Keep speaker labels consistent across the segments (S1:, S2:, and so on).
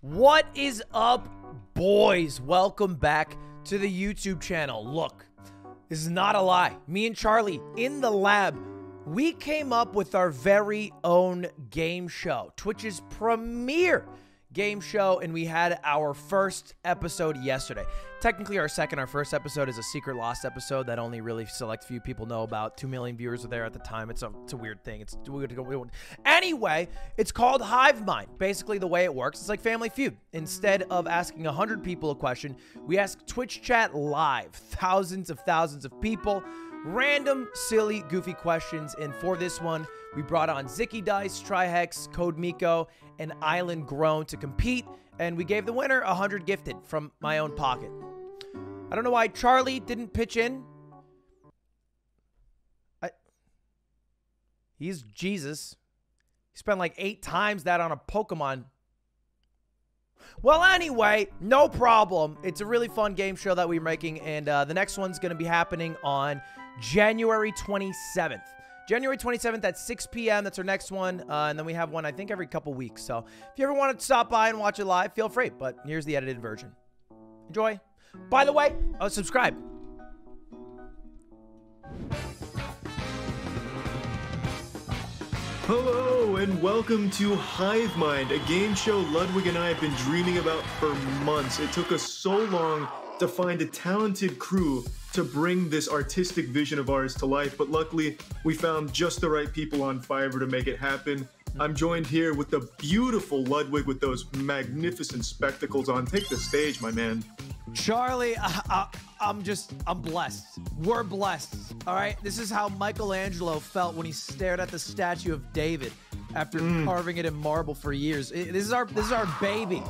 S1: What is up, boys? Welcome back to the YouTube channel. Look, this is not a lie. Me and Charlie in the lab, we came up with our very own game show, Twitch's premiere game show, and we had our first episode yesterday. Technically, our second, our first episode is a secret lost episode that only really select few people know about. Two million viewers were there at the time. It's a, it's a weird thing. It's we don't- we don't- anyway. It's called Hive Mind. Basically, the way it works, it's like Family Feud. Instead of asking hundred people a question, we ask Twitch chat live, thousands of thousands of people, random, silly, goofy questions. And for this one, we brought on Zicky Dice, Trihex, Code Miko, and Island Grown to compete, and we gave the winner hundred gifted from my own pocket. I don't know why Charlie didn't pitch in. I, he's Jesus. He spent like eight times that on a Pokemon. Well, anyway, no problem. It's a really fun game show that we're making, and uh, the next one's going to be happening on January 27th. January 27th at 6 p.m. That's our next one, uh, and then we have one I think every couple weeks. So if you ever want to stop by and watch it live, feel free. But here's the edited version. Enjoy. By the way, uh, subscribe.
S2: Hello and welcome to Hive Mind, a game show Ludwig and I have been dreaming about for months. It took us so long to find a talented crew to bring this artistic vision of ours to life, but luckily we found just the right people on Fiverr to make it happen. I'm joined here with the beautiful Ludwig with those magnificent spectacles on. Take the stage, my man.
S1: Charlie, I, I, I'm just, I'm blessed. We're blessed. All right. This is how Michelangelo felt when he stared at the statue of David after carving it in marble for years. I- this is our, this is our baby.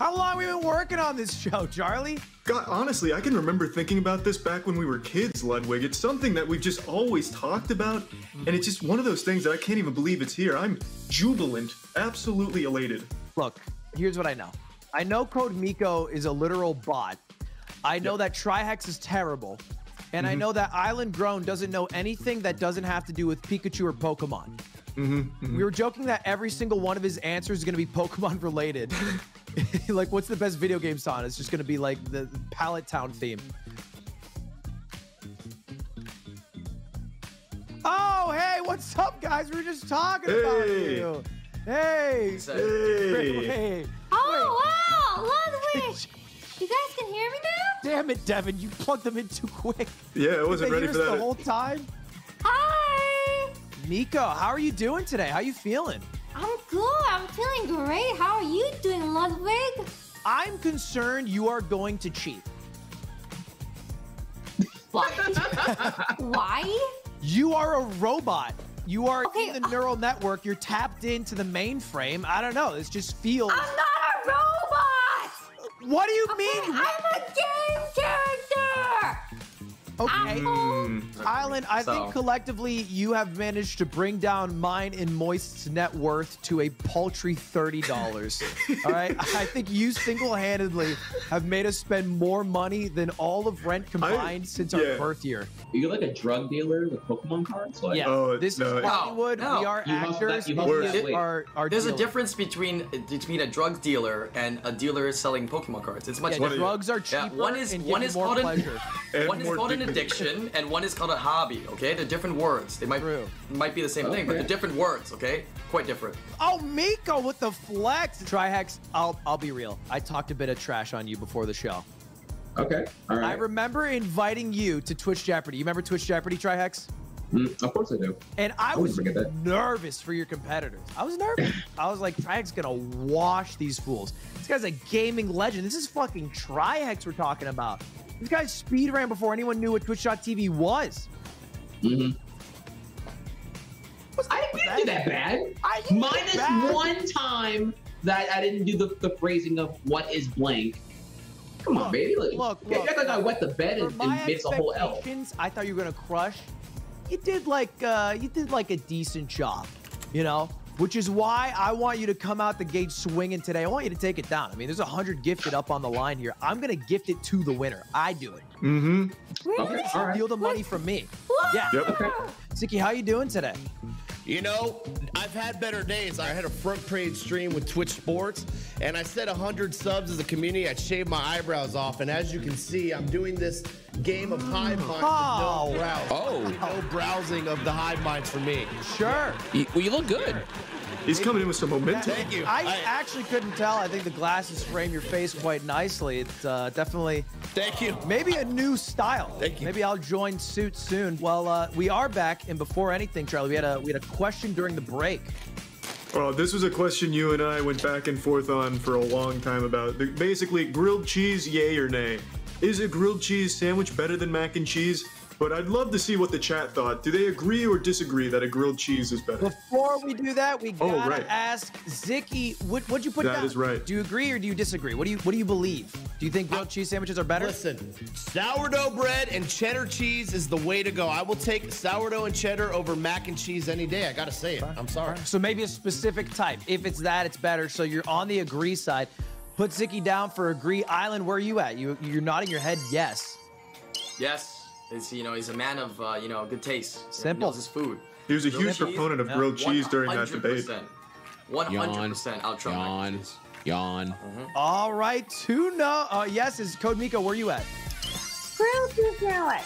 S1: How long we been working on this show, Charlie?
S2: God, honestly, I can remember thinking about this back when we were kids, Ludwig. It's something that we've just always talked about, and it's just one of those things that I can't even believe it's here. I'm jubilant, absolutely elated.
S1: Look, here's what I know. I know Code Miko is a literal bot. I know that Trihex is terrible. And I know that Island Grown doesn't know anything that doesn't have to do with Pikachu or Pokemon. We were joking that every single one of his answers is going to be Pokemon related. like, what's the best video game song? It's just going to be like the Pallet Town theme. Oh, hey, what's up, guys? We were just talking about
S2: Hey.
S1: you. Hey.
S2: Hey!
S1: Hey.
S3: Oh wow, Ludwig! you guys can hear me now?
S1: Damn it, Devin, you plugged them in too quick.
S2: Yeah, I wasn't
S1: They
S2: ready
S1: hear
S2: for
S1: us the whole
S2: that.
S1: time.
S3: Hi!
S1: Nico, how are you doing today? How you feeling?
S3: I'm good. I'm feeling great. How are you doing, Ludwig?
S1: I'm concerned you are going to cheat.
S3: What? Why?
S1: You are a robot. You are
S3: Okay,
S1: in the
S3: uh-
S1: neural network. You're tapped into the mainframe. I don't know. This just feels.
S3: I'm not a robot.
S1: what do you
S3: Uh, Okay,
S1: mean?
S3: I'm a game character.
S1: Okay,
S2: Hmm.
S3: Apple.
S1: Island. I think
S4: So-
S1: collectively you have managed to bring down mine and Moist's net worth to a paltry thirty dollars. all right. I think you single-handedly have made us spend more money than all of rent combined since our
S2: yeah.
S1: birth year.
S4: Are you like a drug dealer with Pokemon cards? Like,
S1: Yeah,
S2: Oh,
S1: this
S2: no,
S1: is
S2: it-
S1: Hollywood.
S5: No,
S1: We are
S4: you must-
S1: actors.
S4: you must
S1: These
S5: wait.
S1: are, are
S5: There's a
S1: dealers.
S5: difference between between a drug dealer and a dealer selling Pokemon cards. It's much
S1: Yeah,
S2: What
S5: different.
S2: is-
S1: drugs are cheaper
S5: Yeah, one is
S1: and
S5: one
S1: give
S5: is
S1: more
S5: called an,
S1: pleasure.
S2: And
S5: one is
S2: more
S5: called an
S2: dignity.
S5: addiction and one is called a hobby. Okay, they're different words. They might
S1: True.
S5: might be the same thing, but
S4: Okay.
S5: they're different words. Okay, quite different.
S1: Oh, Miko with the flex. Trihex, I'll I'll be real. I talked a bit of trash on you before the show.
S4: Okay. All
S1: I
S4: right.
S1: remember inviting you to Twitch Jeopardy. You remember Twitch Jeopardy, Trihex?
S4: Mm, of course I do.
S1: And I
S4: wouldn't
S1: was
S4: forget that.
S1: nervous for your competitors. I was nervous. I was like, Trihex's gonna wash these fools. This guy's a gaming legend. This is fucking Trihex we're talking about. This guy speed ran before anyone knew what Twitch.tv was.
S4: hmm I didn't
S1: that?
S4: do that bad.
S1: I,
S4: Minus
S1: Bad.
S4: one time that I didn't do the, the phrasing of what is blank. Come on,
S1: Look,
S4: baby. Like,
S1: look,
S4: you
S1: look.
S4: act like I wet the bed
S1: For
S4: and,
S1: my
S4: and it's a whole L.
S1: expectations, I thought you were gonna crush. You did like uh, you did like a decent job, you know. Which is why I want you to come out the gate swinging today. I want you to take it down. I mean, there's a hundred gifted up on the line here. I'm gonna gift it to the winner. I do it.
S2: Mm-hmm.
S3: Really?
S4: Okay. All right.
S1: Steal the money from me.
S3: Whoa!
S1: Yeah.
S2: Yep.
S4: Okay.
S1: Ziki, how you doing today?
S6: You know, I've had better days. I had a front page stream with Twitch Sports, and I said 100 subs as a community. I shaved my eyebrows off, and as you can see, I'm doing this game of hive mind with no browse.
S4: Oh.
S6: No browsing of the hive minds for me.
S1: Sure.
S4: You, well, you look good.
S2: He's coming in with some momentum.
S6: Thank you.
S1: I
S6: I-
S1: actually couldn't tell. I think the glasses frame your face quite nicely. It's uh, definitely
S6: Thank you.
S1: maybe a new style.
S6: Thank you.
S1: Maybe I'll join suit soon. Well, uh, we are back, and before anything, Charlie, we had a we had a question during the break.
S2: Oh, this was a question you and I went back and forth on for a long time about. The- Basically, grilled cheese, yay or nay? Is a grilled cheese sandwich better than mac and cheese? But I'd love to see what the chat thought. Do they agree or disagree that a grilled cheese is better?
S1: Before we do that, we
S2: Oh,
S1: gotta
S2: right.
S1: ask Zicky. What what'd you put
S2: That
S1: down?
S2: is right.
S1: Do you agree or do you disagree? What do you what do you believe? Do you think grilled cheese sandwiches are better?
S6: Listen, sourdough bread and cheddar cheese is the way to go. I will take sourdough and cheddar over mac and cheese any day. I gotta say it. I'm sorry.
S1: So maybe a specific type. If it's that, it's better. So you're on the agree side. Put Zicky down for agree. Island, where are you at? You you're nodding your head yes.
S5: Yes, it's you know he's a man of uh, you know good taste. He
S1: Simple.
S5: knows his food.
S2: He was a huge
S5: Grilled cheese?
S2: proponent of grilled cheese during that debate.
S5: 100%. 100% out Trump.
S4: Yawn. Yawn.
S1: All right, two no. Uh, yes is Code Miko. Where you at?
S3: Grill to grill it.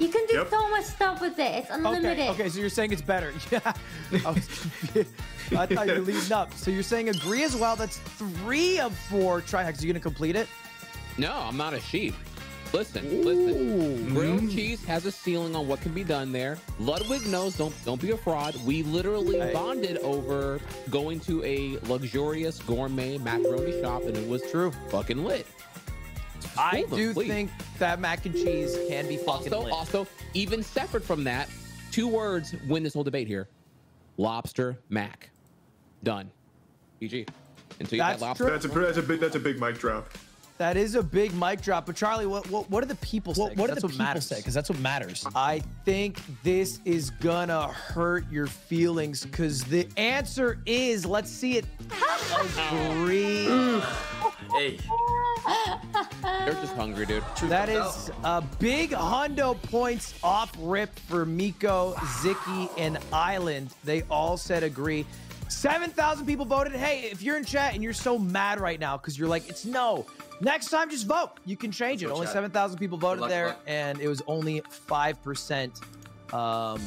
S3: You can do
S2: Yep.
S3: so much stuff with it. It's unlimited.
S1: Okay. Okay. So you're saying it's better. Yeah. I, was confused. I thought you were leading up. So you're saying agree as well. That's three of four trihacks. Are you gonna complete it?
S4: No, I'm not a sheep. Listen, listen. Grilled
S1: Mm.
S4: cheese has a ceiling on what can be done there. Ludwig knows. Don't don't be a fraud. We literally
S1: Hey.
S4: bonded over going to a luxurious gourmet macaroni shop, and it was
S1: True.
S4: fucking lit.
S1: I
S4: Hold on,
S1: do
S4: please.
S1: think that mac and cheese can be fucking
S4: Also,
S1: lit.
S4: also, even separate from that, two words win this whole debate here: lobster mac. Done. GG. Until you
S1: That's
S4: that lobster.
S1: true.
S2: That's a that's a big that's a big mic drop.
S1: That is a big mic drop. But Charlie, what what, what do the people say?
S7: What, what do
S1: That's
S7: the people
S1: matters.
S7: say? Because that's what matters.
S1: I think this is gonna hurt your feelings because the answer is let's see it. Agree.
S5: Hey,
S4: They're just hungry, dude.
S1: That is a big hundo points off rip for Miko, Zicky, and Island. They all said agree. 7,000 people voted. Hey, if you're in chat and you're so mad right now because you're like, it's no, next time just vote. You can change it.
S5: Let's go
S1: Only
S5: chat.
S1: 7,000 people voted
S5: luck,
S1: there,
S5: luck.
S1: and it was only 5% um,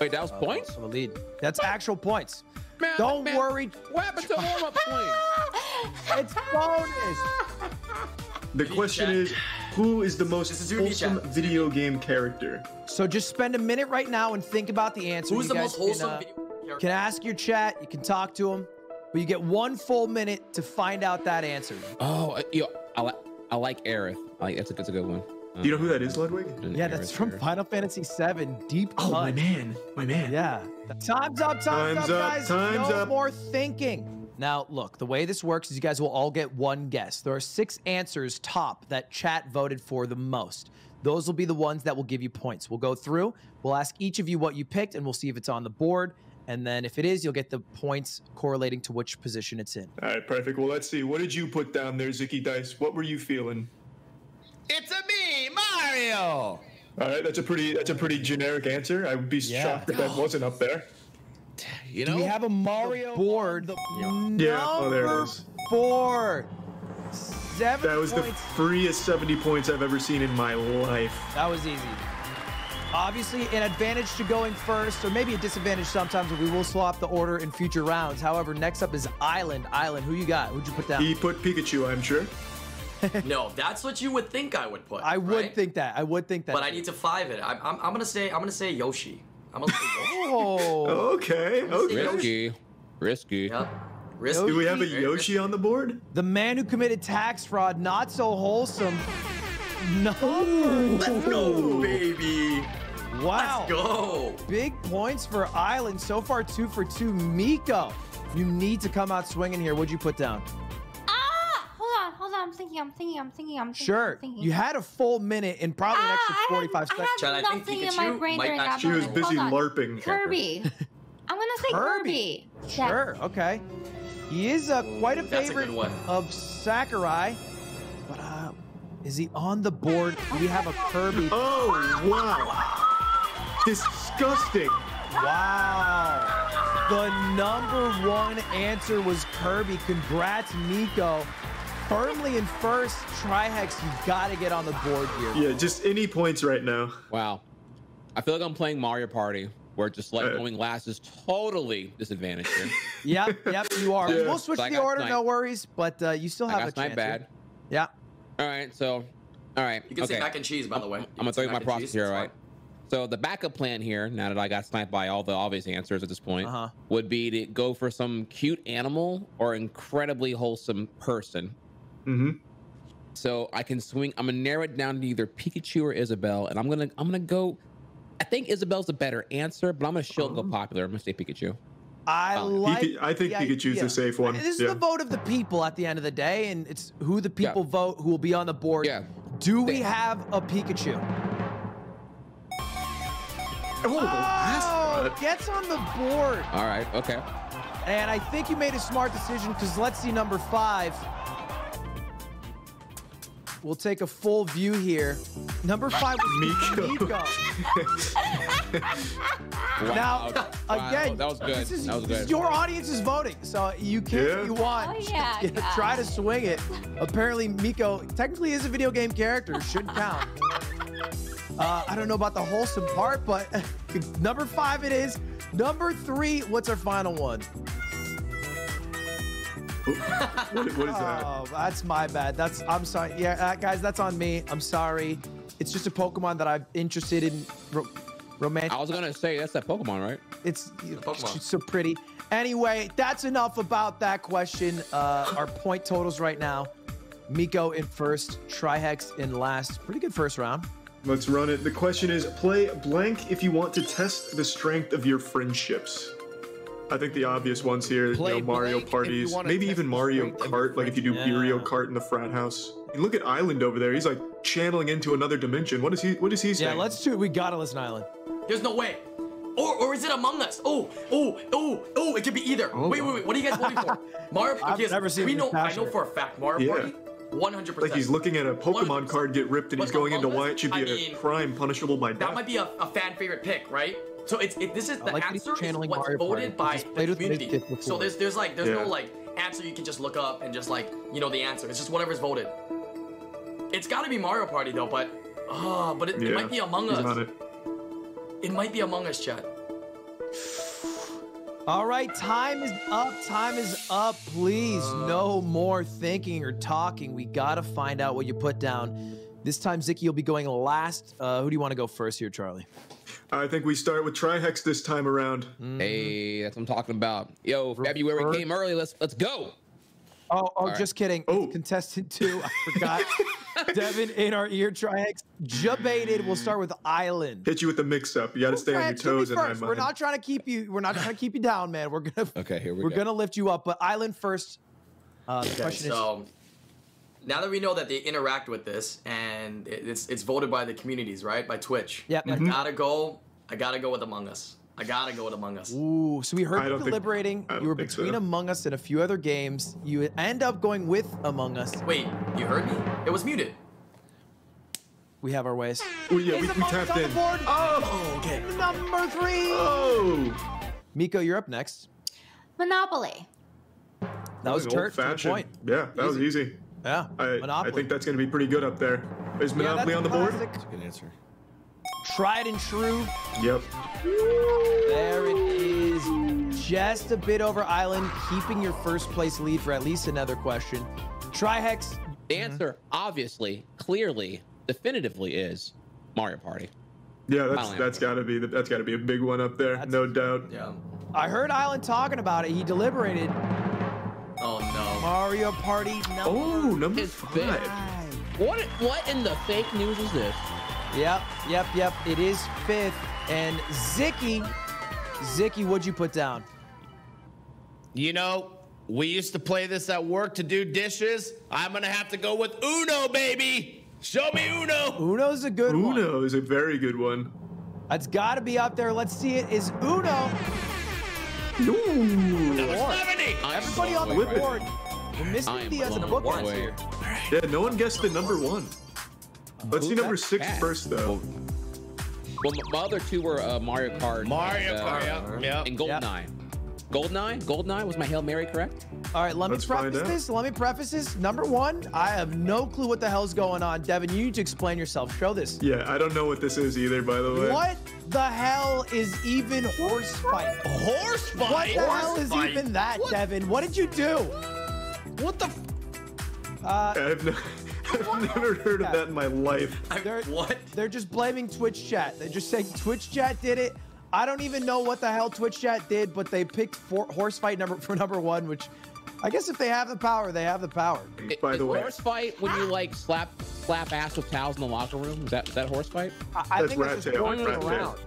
S4: Wait, that was points.
S1: of a lead. That's actual points.
S4: Man,
S1: Don't
S4: man,
S1: worry.
S4: What happened to warm up points?
S1: It's bonus.
S2: The
S5: Video
S2: question
S5: chat.
S2: is, who is the most
S5: This is your video
S2: wholesome
S5: chat.
S2: video game character?
S1: So just spend a minute right now and think about the answer.
S5: who's
S1: You
S5: the
S1: guys
S5: most wholesome?
S1: Can, uh,
S5: video
S1: can ask your chat. You can talk to them, but you get one full minute to find out that answer.
S4: Oh, uh, yo, I, li- I like Aerith. I like that's a that's a good one. Uh,
S2: Do you know who that is, Ludwig?
S1: Yeah, that's from Final Fantasy VII. Deep
S2: Oh, my
S1: Cut.
S2: man, my man.
S1: Yeah. Time's up, time's,
S2: Time's
S1: up,
S2: up,
S1: guys.
S2: time's
S1: no
S2: up.
S1: more thinking. Now, look, the way this works is you guys will all get one guess. There are six answers top that chat voted for the most. Those will be the ones that will give you points. We'll go through, we'll ask each of you what you picked, and we'll see if it's on the board. And then if it is, you'll get the points correlating to which position it's in.
S2: All right, perfect. Well, let's see. What did you put down there, Zicky Dice? What were you feeling?
S6: It's a me, Mario.
S2: All right, that's a pretty that's a pretty generic answer. I would be
S7: Yeah.
S2: shocked if that wasn't up there.
S6: You
S7: Do
S6: know,
S7: we have a Mario
S1: Board
S7: on the-
S2: Yeah, oh, there it
S1: number
S2: is.
S1: Four. Seven
S2: That was the
S1: points.
S2: freest 70 points I've ever seen in my life.
S1: That was easy. Obviously, an advantage to going first, or maybe a disadvantage sometimes, but we will swap the order in future rounds. However, next up is Island. Island, who you got? Who'd you put down?
S2: He put Pikachu, I'm sure.
S5: chat? No, that's what you would think I would put.
S1: I would
S5: right?
S1: think that. I would think that.
S5: But I need to five it. I'm, I'm, I'm gonna say I'm gonna say Yoshi. I'm gonna say Yoshi.
S1: Oh,
S2: Okay, okay.
S4: Risky, risky.
S5: yep. Risky.
S2: Do we have a
S5: Very
S2: Yoshi on the board?
S1: the man who committed tax fraud, not so wholesome. No.
S5: risky. Go baby.
S1: Wow.
S5: Let's go.
S1: Big points for Island. So far, two for two. Miko, you need to come out swinging here. What'd you put down?
S3: Ah! Hold on, hold on. I'm thinking, I'm thinking, I'm thinking, I'm thinking.
S1: Sure.
S3: I'm thinking.
S1: You had a full minute and probably an
S3: Ah,
S1: extra
S3: I had-
S1: 45 seconds.
S3: I
S5: Chad,
S3: had
S5: I think
S3: nothing in my
S5: Pikachu
S3: brain
S5: might
S3: during that
S5: actually-
S2: She was
S3: moment.
S2: busy
S3: Hold on.
S2: LARPing.
S3: Kirby. I'm gonna say
S1: Kirby.
S3: Kirby.
S1: Sure. Okay. He is uh, quite a
S5: Ooh, that's a good
S1: favorite
S5: one.
S1: of Sakurai, but uh, is he on the board? We have a Kirby.
S2: Oh, wow. Oh, Disgusting.
S1: Wow. The number one answer was Kirby. Congrats, Nico. Firmly in first. Trihex, you got to get on the board here.
S2: Yeah, just any points right now.
S4: Wow. I feel like I'm playing Mario Party, where just like
S2: Uh.
S4: going last is totally disadvantaged here.
S1: Yep, yep, you are.
S2: Yeah.
S1: We'll switch
S4: So I
S1: the
S4: got
S1: order,
S4: sniped.
S1: no worries, but uh, you still
S4: I
S1: have a
S4: got
S1: chance.
S4: my bad.
S1: here. Yeah.
S4: All right, so, all right.
S5: You can
S4: okay.
S5: say mac and cheese, by the way.
S4: I'm gonna throw you my props
S5: props
S4: here, all right? So the backup plan here, now that I got sniped by all the obvious answers at this point,
S1: Uh-huh.
S4: would be to go for some cute animal or incredibly wholesome person.
S2: Mm-hmm.
S4: So I can swing. I'm gonna narrow it down to either Pikachu or Isabel, and I'm gonna I'm gonna go. I think Isabel's a better answer, but I'm gonna shield
S1: Oh.
S4: go popular. I'm gonna say Pikachu.
S1: I
S4: Oh.
S1: like.
S2: Pika- I think
S1: the
S2: Pikachu's
S1: idea.
S2: the safe one.
S1: This is
S2: yeah.
S1: the vote of the people at the end of the day, and it's who the
S4: Yeah.
S1: people vote who will be on the board.
S4: Yeah.
S1: Do we
S4: Yeah.
S1: have a Pikachu?
S2: Oh, the last
S1: Oh,
S2: one.
S1: gets on the board,
S4: All right, okay.
S1: and I think you made a smart decision because let's see number five. We'll take a full view here. Number five was
S2: Miko.
S1: Miko. Now,
S4: Wow. Wow,
S1: again,
S4: that was good.
S1: This is,
S4: that was
S1: this is
S4: good.
S1: your audience is voting, so you can
S2: Yeah.
S1: if you want.
S3: Oh, yeah,
S1: Yeah, Try to
S3: guys.
S1: swing it. Apparently, Miko technically is a video game character. Should count. Uh, I don't know about the wholesome part, but number five it is. Number three, what's our final one?
S2: What- what is that?
S1: Oh, that's my bad. That's I'm sorry. Yeah, uh, guys, that's on me. I'm sorry. It's just a Pokemon that I'm interested in. Ro- romantic.
S4: I was gonna say that's that Pokemon, right?
S1: It's,
S5: Pokemon.
S1: it's so pretty. Anyway, that's enough about that question. Uh, our point totals right now: Miko in first, Trihex in last. Pretty good first round.
S2: Let's run it. The question is play blank if you want to test the strength of your friendships. I think the obvious ones here,
S6: Play
S2: you know, Mario
S6: blank if you
S2: parties,
S6: wanna
S2: maybe
S6: test
S2: even
S6: the
S2: Mario
S6: strength of your
S2: Kart, like if you do
S1: friendship.
S2: Mario
S1: Yeah.
S2: Kart in the frat house. And look at Island over there. He's like channeling into another dimension. What is he what is he
S1: Yeah,
S2: saying?
S1: let's do. it. We gotta listen, Island.
S5: There's no way. Or, or is it Among Us? Oh, oh, oh, oh, it could be either. wait, wait, wait. What are you guys voting for? Mario Party.
S1: I've never seen
S5: we
S1: this
S5: know, I know
S1: passionate.
S5: for a fact, Mario
S2: Yeah.
S5: Party, 100%.
S2: like he's looking at a Pokemon
S5: 100%.
S2: card get ripped and he's
S5: But
S2: going into
S5: Among
S2: why
S5: Us,
S2: it should
S5: I
S2: be a
S5: mean,
S2: crime punishable by
S5: That
S2: death.
S5: might be a, a fan favorite pick, right? So it's it, this is the
S1: like that he's
S5: answer is
S1: channeling
S5: what's
S1: Mario
S5: voted
S1: Party,
S5: by
S1: because he's
S5: the
S1: played with these
S5: community.
S1: kids before.
S5: So there's there's like there's
S2: Yeah.
S5: no like answer you can just look up and just like you know the answer. It's just whatever's voted. It's got to be Mario Party though, but ah, but it, it
S2: Yeah,
S5: might be Among
S2: he's on
S5: Us.
S2: it.
S5: It might be Among Us, chat.
S1: All right, time is up. Time is up. Please, no more thinking or talking. We gotta find out what you put down. This time, Zicky, you'll be going last. Uh, who do you want to go first here, Charlie?
S2: I think we start with Trihex this time around.
S1: Hmm. Mm-hmm.
S4: Hey, that's what I'm talking about. Yo, February came early. Let's let's go.
S1: Oh, oh,
S4: right.
S1: just kidding.
S2: Oh.
S1: Contestant two, I forgot. Devin in our ear, Trihex. Debated. We'll start with Island.
S2: Hit you with the mix up. You gotta stay on your
S1: Trihex, you be
S2: toes in my
S1: first.
S2: mind.
S1: We're not trying to keep you. We're not trying to keep you down, man. We're gonna.
S4: Okay, here we
S1: We're
S4: go.
S1: gonna lift you up, but Island first. Uh, the question is,
S5: So now that we know that they interact with this and it- it's it's voted by the communities, right? By Twitch.
S1: Yep.
S5: I
S2: Mm-hmm.
S1: Mhm.
S5: gotta go. I gotta go with Among Us. I gotta go with Among Us.
S1: Ooh, so we heard
S2: I
S1: you
S2: don't think-
S1: deliberating.
S2: I don't
S1: you were
S2: think so.
S1: between Among Us and a few other games. You end up going with Among Us.
S5: Wait, you heard me? It was muted.
S1: We have our ways.
S2: Well, yeah, we,
S1: Is
S2: we
S1: Among Us
S2: tapped
S1: on the
S2: in.
S1: board?
S5: Oh, okay.
S1: Number three.
S2: Oh,
S1: Miko, you're up next.
S3: Monopoly.
S1: That was
S2: an old
S1: Turk. to the
S2: fashioned.
S1: Point.
S2: Yeah, that was easy.
S1: Yeah.
S2: I, I
S1: Monopoly.
S2: think that's going to be pretty good up there. Is
S1: Yeah,
S2: Monopoly
S1: that's
S2: on the board?
S1: classic.
S6: Good answer.
S1: Tried and true.
S2: Yep.
S1: There it is. Just a bit over Island, keeping your first place lead for at least another question. Trihex.
S4: The
S6: Mm-hmm.
S4: answer, obviously, clearly, definitively is Mario Party.
S2: Yeah, that's
S4: Finally.
S2: that's got to be the, that's got to be a big one up there,
S1: That's-
S2: no doubt.
S5: Yeah.
S1: I heard Island talking about it. He deliberated.
S5: Oh no.
S1: Mario Party number
S2: Oh, number
S4: It's big.
S2: five.
S1: five.
S4: What what in the fake news is this?
S1: Yep, yep, yep. It is fifth. And Zicky, Zicky, what'd you put down?
S6: You know, we used to play this at work to do dishes. I'm gonna have to go with Uno, baby. Show me Uno.
S1: Uno's a good one.
S2: Uno is a very good one.
S1: That's got to be up there. Let's see it. Is Uno?
S6: Number
S1: Lord.
S6: 70.
S1: Everybody on the
S2: Whip it.
S1: board. We're
S4: I
S1: missing
S4: am
S1: the, uh, the
S4: blown
S1: book
S5: away.
S1: here.
S2: Yeah, no one guessed the number one. Let's see
S4: Ooh,
S2: number
S4: that's
S2: six
S4: bad.
S2: first, though.
S4: Well, my- my other two were uh, Mario Kart,
S6: Mario
S4: and, uh,
S6: Kart. Yep.
S4: and
S6: yep.
S4: GoldenEye. Goldeneye? Goldeneye was my Hail Mary, correct?
S1: All right, let me
S2: Let's find
S1: preface
S2: out.
S1: this. Let me preface this. Number one, I have no clue what the hell's going on. Devin, you need to explain yourself. Show this.
S2: Yeah, I don't know what this is either, by the way.
S1: What the hell is even horse fight?
S6: Horse fight.
S1: What the hell is
S6: Horse
S1: even
S6: fight?
S1: that,
S6: What-
S1: Devin? What did you do?
S6: What the? F-
S2: I've, no, I've never heard of that in my life.
S5: I-
S1: There-
S5: what?
S1: They're just blaming Twitch chat. They're just saying Twitch chat did it. I don't even know what the hell Twitch chat did, but they picked for, horse fight number for number one, which I guess if they have the power, they have the power.
S2: By
S4: Is
S2: the way,
S4: horse fight when you like slap slap ass with towels in the locker room. Is that is that horse fight?
S1: I, I
S2: That's
S1: think
S2: rat
S1: it's just
S2: tail,
S1: going
S2: rat tail.
S1: around.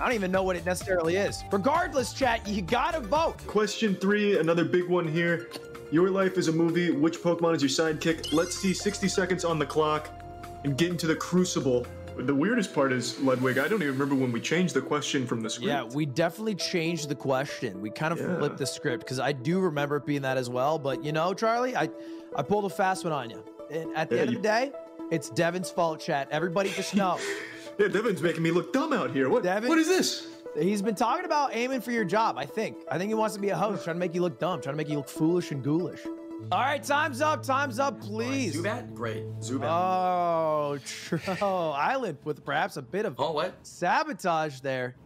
S1: I don't even know what it necessarily is. Regardless, chat, you gotta vote.
S2: Question three, another big one here. Your life is a movie. Which Pokemon is your sidekick? Let's see 60 seconds on the clock and get into the crucible. The weirdest part is, Ludwig, I don't even remember when we changed the question from the script.
S1: Yeah, we definitely changed the question. We kind of
S2: Yeah.
S1: flipped the script because I do remember it being that as well. But you know, Charlie, I, I pulled a fast one on you. And at the
S2: Yeah,
S1: end
S2: you-
S1: of the day, it's Devin's fault, chat. Everybody just know.
S2: Yeah, Devin's making me look dumb out here. What,
S1: Devin?
S2: what is this?
S1: He's been talking about aiming for your job, I think. I think he wants to be a host, trying to make you look dumb, trying to make you look foolish and ghoulish. All right, time's up, time's up, please.
S5: Zubat? Great. Zubat.
S1: Oh, tr- oh, Island with perhaps a bit of
S5: oh, what?
S1: sabotage there.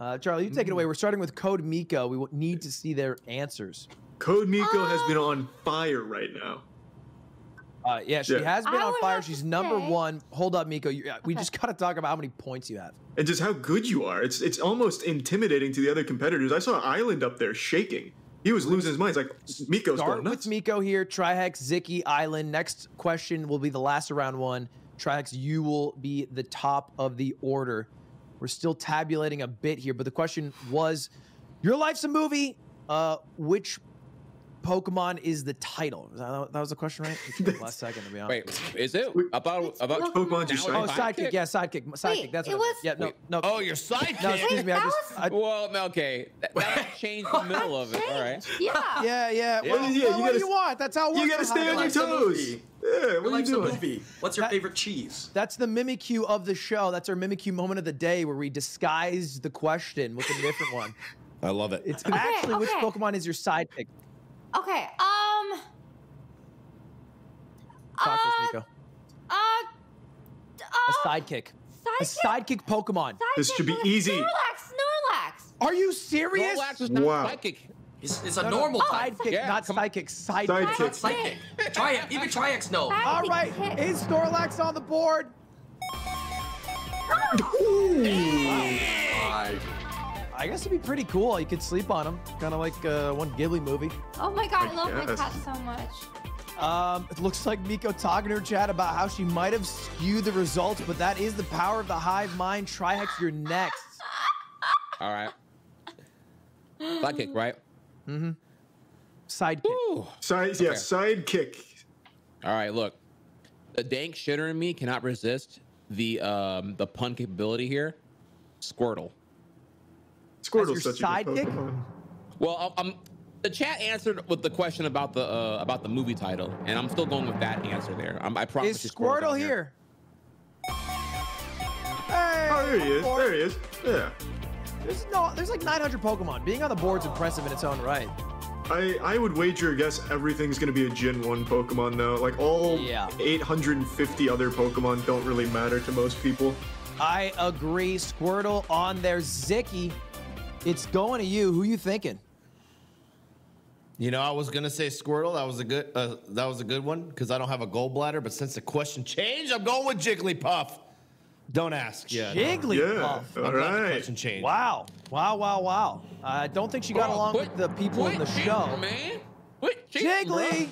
S1: Uh, Charlie, you take
S2: Mm.
S1: it away. We're starting with Code Miko. We w- need to see their answers.
S2: Code Miko has been on fire right now.
S1: Uh, yeah, she
S2: Yeah.
S1: has been
S3: I
S1: on
S3: would
S1: fire.
S3: have to
S1: She's number
S3: say-
S1: one. Hold up, Miko. You, uh, We
S3: Okay.
S1: just got to talk about how many points you have.
S2: And just how good you are. It's it's almost intimidating to the other competitors. I saw Island up there shaking. He was losing his mind. It's like Miko's
S1: Start
S2: going
S1: with
S2: nuts.
S1: Miko here. Trihex, Ziki, Island. Next question will be the last round one. Trihex, you will be the top of the order. We're still tabulating a bit here, but the question was, your life's a movie. Uh, which Pokemon is the title? Was That, that was the question, right? We took Last second, to be honest.
S4: Wait, is it about Oh, about?
S3: Pokemon.
S2: Pokemon's your
S4: Now
S1: Oh,
S4: it's-
S2: sidekick.
S1: sidekick. Yeah, sidekick. Sidekick.
S3: Wait,
S1: that's what
S3: it
S1: I meant.
S3: was-
S1: Yeah, no, no.
S6: oh, your sidekick.
S1: no, excuse me. I
S3: that
S1: just.
S3: was-
S1: I,
S4: Well, no, okay, that, that changed the middle of it. All right.
S3: Yeah.
S1: yeah, yeah. Well,
S2: yeah, you
S1: what
S2: gotta-
S1: do you want? That's how it works.
S2: You gotta
S1: in
S2: stay on your
S1: Hollywood.
S5: Life's a
S2: toes.
S5: movie.
S2: Yeah,
S5: Your
S2: what are you
S5: life's a
S2: doing?
S5: movie. What's your
S1: That-
S5: favorite cheese?
S1: That's the mimicue of the show. That's our mimicue moment of the day where we disguise the question with a different one.
S6: I love it.
S1: It's actually which
S3: okay.
S1: Pokemon is your sidekick?
S3: Okay. Um.
S1: Talk to us,
S3: uh,
S1: Nico.
S3: Uh. d-
S1: A
S3: uh,
S1: sidekick. A
S3: Sidekick.
S1: sidekick Pokemon.
S2: This
S3: sidekick
S2: should be
S3: with
S2: easy.
S3: Snorlax. Snorlax.
S1: Are you serious?
S4: Rolex was not
S2: Wow.
S4: psychic.
S5: It's, Oh, it's a
S1: No, no,
S5: normal type.
S1: sidekick,
S4: Yeah,
S1: not
S4: come-
S1: psychic. Sidekick.
S2: Sidekick.
S5: Not psychic. Triax. Even Triax, no.
S1: All right,
S3: Sidekick.
S1: is Snorlax on the board? I guess it'd be pretty cool. You could sleep on him, kind of like uh, one Ghibli movie.
S3: Oh my god, I,
S2: I
S3: love my
S2: guess.
S3: cat so much.
S1: Um, it looks like Miko talking to her chat about how she might have skewed the results, but that is the power of the hive mind. Trihex, you're next.
S4: All right. Psychic, right?
S1: Sidekick.
S4: Woo.
S2: Side, yeah, sidekick.
S4: All right, look. The dank shitter in me cannot resist the um the pun capability here. Squirtle.
S2: Squirtle's
S1: your
S2: such a good
S1: sidekick?
S2: Pokemon.
S4: Well, um, the chat answered with the question about the uh, about the movie title, and I'm still going with that answer there. i I promise.
S1: Is
S4: you
S1: Squirtle
S4: down
S1: here? Hey,
S2: Oh, there he is.
S1: on board.
S2: There he is. Yeah.
S1: There's no, there's like 900 Pokemon. Being on the board's impressive in its own right.
S2: I, I would wager guess everything's gonna be a Gen 1 Pokemon though. Like all
S1: Yeah.
S2: 850 other Pokemon don't really matter to most people.
S1: I agree. Squirtle on there. Zicky, it's going to you. Who you thinking?
S6: You know, I was gonna say Squirtle. That was a good. Uh, that was a good one because I don't have a gallbladder. But since the question changed, I'm going with Jigglypuff. Don't ask. Yeah. no.
S2: Yeah.
S1: Jigglypuff.
S2: All
S6: I'm glad the
S2: right.
S6: question changed.
S1: Wow. Wow, wow, wow. I don't think she got
S4: Bro,
S1: along
S4: quit-
S1: with the people in the
S4: quit
S1: show.
S4: cheating, man. Quit cheating,
S1: Jiggly!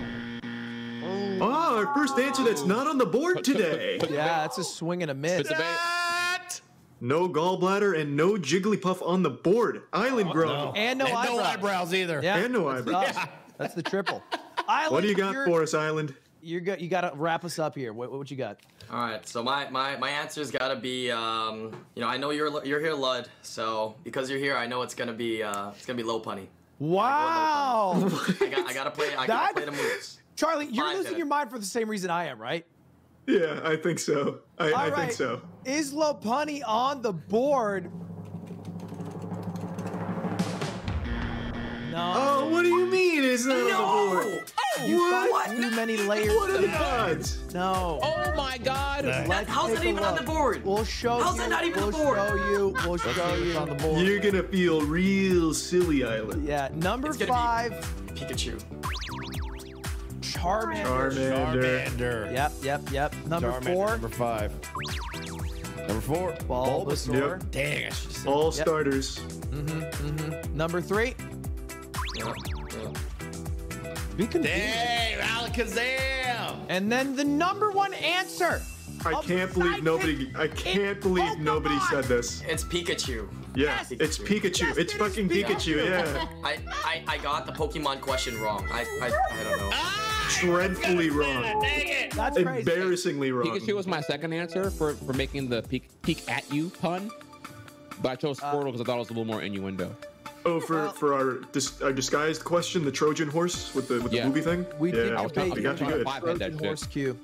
S1: Hmm.
S2: Ah, our first answer that's not on the board today.
S1: Yeah, that's a swing and a
S4: bro.
S1: miss.
S4: It's a ba-
S6: That-
S2: No gallbladder and no Jigglypuff on the board. Island grown.
S1: And no
S6: and
S1: eyebrows.
S6: no eyebrows either.
S1: Yeah,
S2: And no
S1: that's
S2: eyebrows.
S1: us. That's the triple. Island,
S2: What do you got
S1: you're-
S2: for us, Island?
S1: You're good. You got to wrap us up here. What, what you got?
S5: All right, so my my my answer's gotta be, um, you know, I know you're you're here, Lud. So because you're here, I know it's gonna be uh, it's gonna be low punny.
S1: Wow.
S5: I, got, I gotta play. I
S1: That-
S5: gotta play the moves.
S1: Charlie, you're
S5: Fine,
S1: losing
S5: then.
S1: your mind for the same reason I am, right?
S2: Yeah, I think so. I,
S1: All
S2: I
S1: right.
S2: think so.
S1: Is Lopunny on the board? No.
S2: Oh, what do you mean? It's not on the board.
S5: No! Oh,
S1: You
S2: what?
S1: got too many layers.
S2: What are the odds?
S1: No.
S4: Oh my god!
S5: That,
S1: Let's
S5: how's
S1: take
S5: that
S1: a
S5: even on the
S1: look.
S5: board?
S1: We'll show
S5: How's
S1: you.
S5: that not even
S1: we'll
S5: the board?
S1: show you. We'll show you.
S8: on the board.
S2: You're gonna feel real silly, Island.
S1: Yeah. Number
S5: It's gonna be-
S1: five,
S5: Pikachu.
S1: Charmander.
S2: Charmander.
S6: Charmander.
S1: Yep, yep, yep. Number
S6: Charmander,
S1: four,
S6: Number five. Number four.
S1: Bulbasaur.
S6: Dang, I should have said.
S2: All
S1: Yep.
S2: starters.
S1: mm-hmm. Number three,
S5: Yeah, yeah.
S1: be confused.
S6: Dang, Alakazam!
S1: And then the number one answer.
S2: I
S1: Of
S2: can't believe nobody. I can't believe nobody said this.
S5: It's Pikachu.
S2: Yeah,
S5: Yes.
S2: it's Pikachu. it's fucking Pikachu. Yeah,
S5: I, I, I got the Pokemon question wrong. I, I, I don't know.
S6: Ah,
S2: dreadfully wrong.
S1: That's crazy.
S2: Embarrassingly wrong.
S4: Pikachu was my second answer for, for making the peek, peek at you pun, but I
S1: Uh,
S4: chose Squirtle because I thought it was a little more innuendo.
S2: Oh, for for our dis- our disguised question, the Trojan horse with the with the
S4: Yeah.
S2: movie thing.
S1: We
S2: yeah,
S1: did
S2: I
S1: debate
S2: got you
S1: that.
S2: good.
S4: Five had that
S1: Trojan horse
S4: shit.
S1: Q.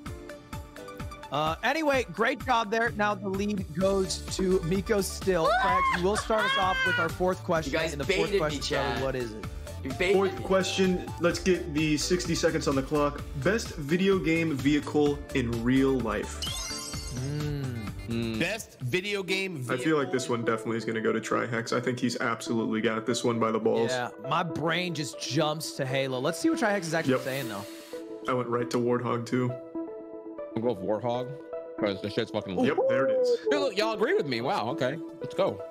S1: Uh, anyway, great job there. Now the lead goes to Miko still. Craig, you will start us off with our fourth question.
S5: Ah! guys
S1: and the fourth
S5: baited me,
S1: question, Charlie,
S5: Chad.
S1: what is it?
S5: You baited
S2: Fourth
S5: me.
S2: question. Let's get the 60 seconds on the clock. Best video game vehicle in real life.
S6: Best video game.
S2: I feel like this one definitely is going to go to Trihex. I think he's absolutely got this one by the balls.
S1: Yeah, my brain just jumps to Halo. Let's see what Trihex is actually
S2: Yep.
S1: saying though.
S2: I went right to Warthog too.
S4: I'm going with Warhog because the shit's fucking lit.
S2: Yep, there it is.
S4: Hey, look, y'all agree with me. Wow. Okay, let's go.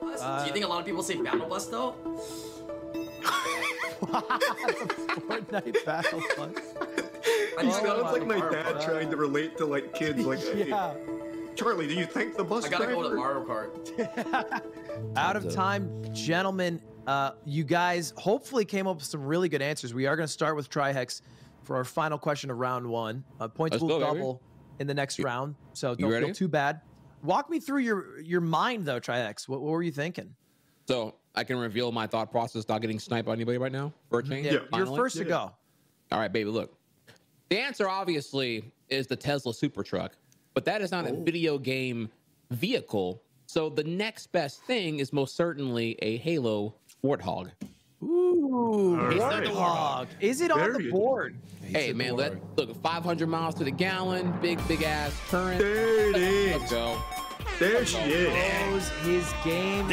S5: Do you think a lot of people say Battle Bus though?
S1: Fortnite Battle Plus.
S5: I
S1: Oh
S5: just
S1: my
S5: gotta
S2: Sounds
S5: go
S2: like
S5: to
S2: my
S5: Mario
S2: dad
S5: Kart.
S2: trying to relate to like kids. Like, hey,
S1: Yeah.
S2: Charlie, do you thank the bus
S5: I gotta
S2: driver?
S5: go to Mario Kart.
S1: out of time, gentlemen. Uh, you guys hopefully came up with some really good answers. We are going to start with Trihex for our final question of round one. Uh, points
S4: Let's
S1: will
S4: go, baby.
S1: double in the next round, so don't feel
S4: ready?
S1: too bad. Walk me through your your mind though, Trihex. What, what were you thinking?
S4: So I can reveal my thought process without getting sniped by anybody right now for a change.
S1: Yeah, you're
S4: finally?
S1: first to go.
S4: All right, baby, look. The answer obviously is the Tesla super truck, but that is not a video game vehicle. So the next best thing is most certainly a Halo Warthog.
S1: Ooh,
S2: All right.
S1: Warthog. Is it on
S2: There
S1: the
S2: you go.
S1: board?
S4: hey, man, let, look, 500 miles to the gallon, big, big ass current.
S2: There it
S4: Let's
S2: is.
S4: go.
S2: There she is.
S1: Knows his game.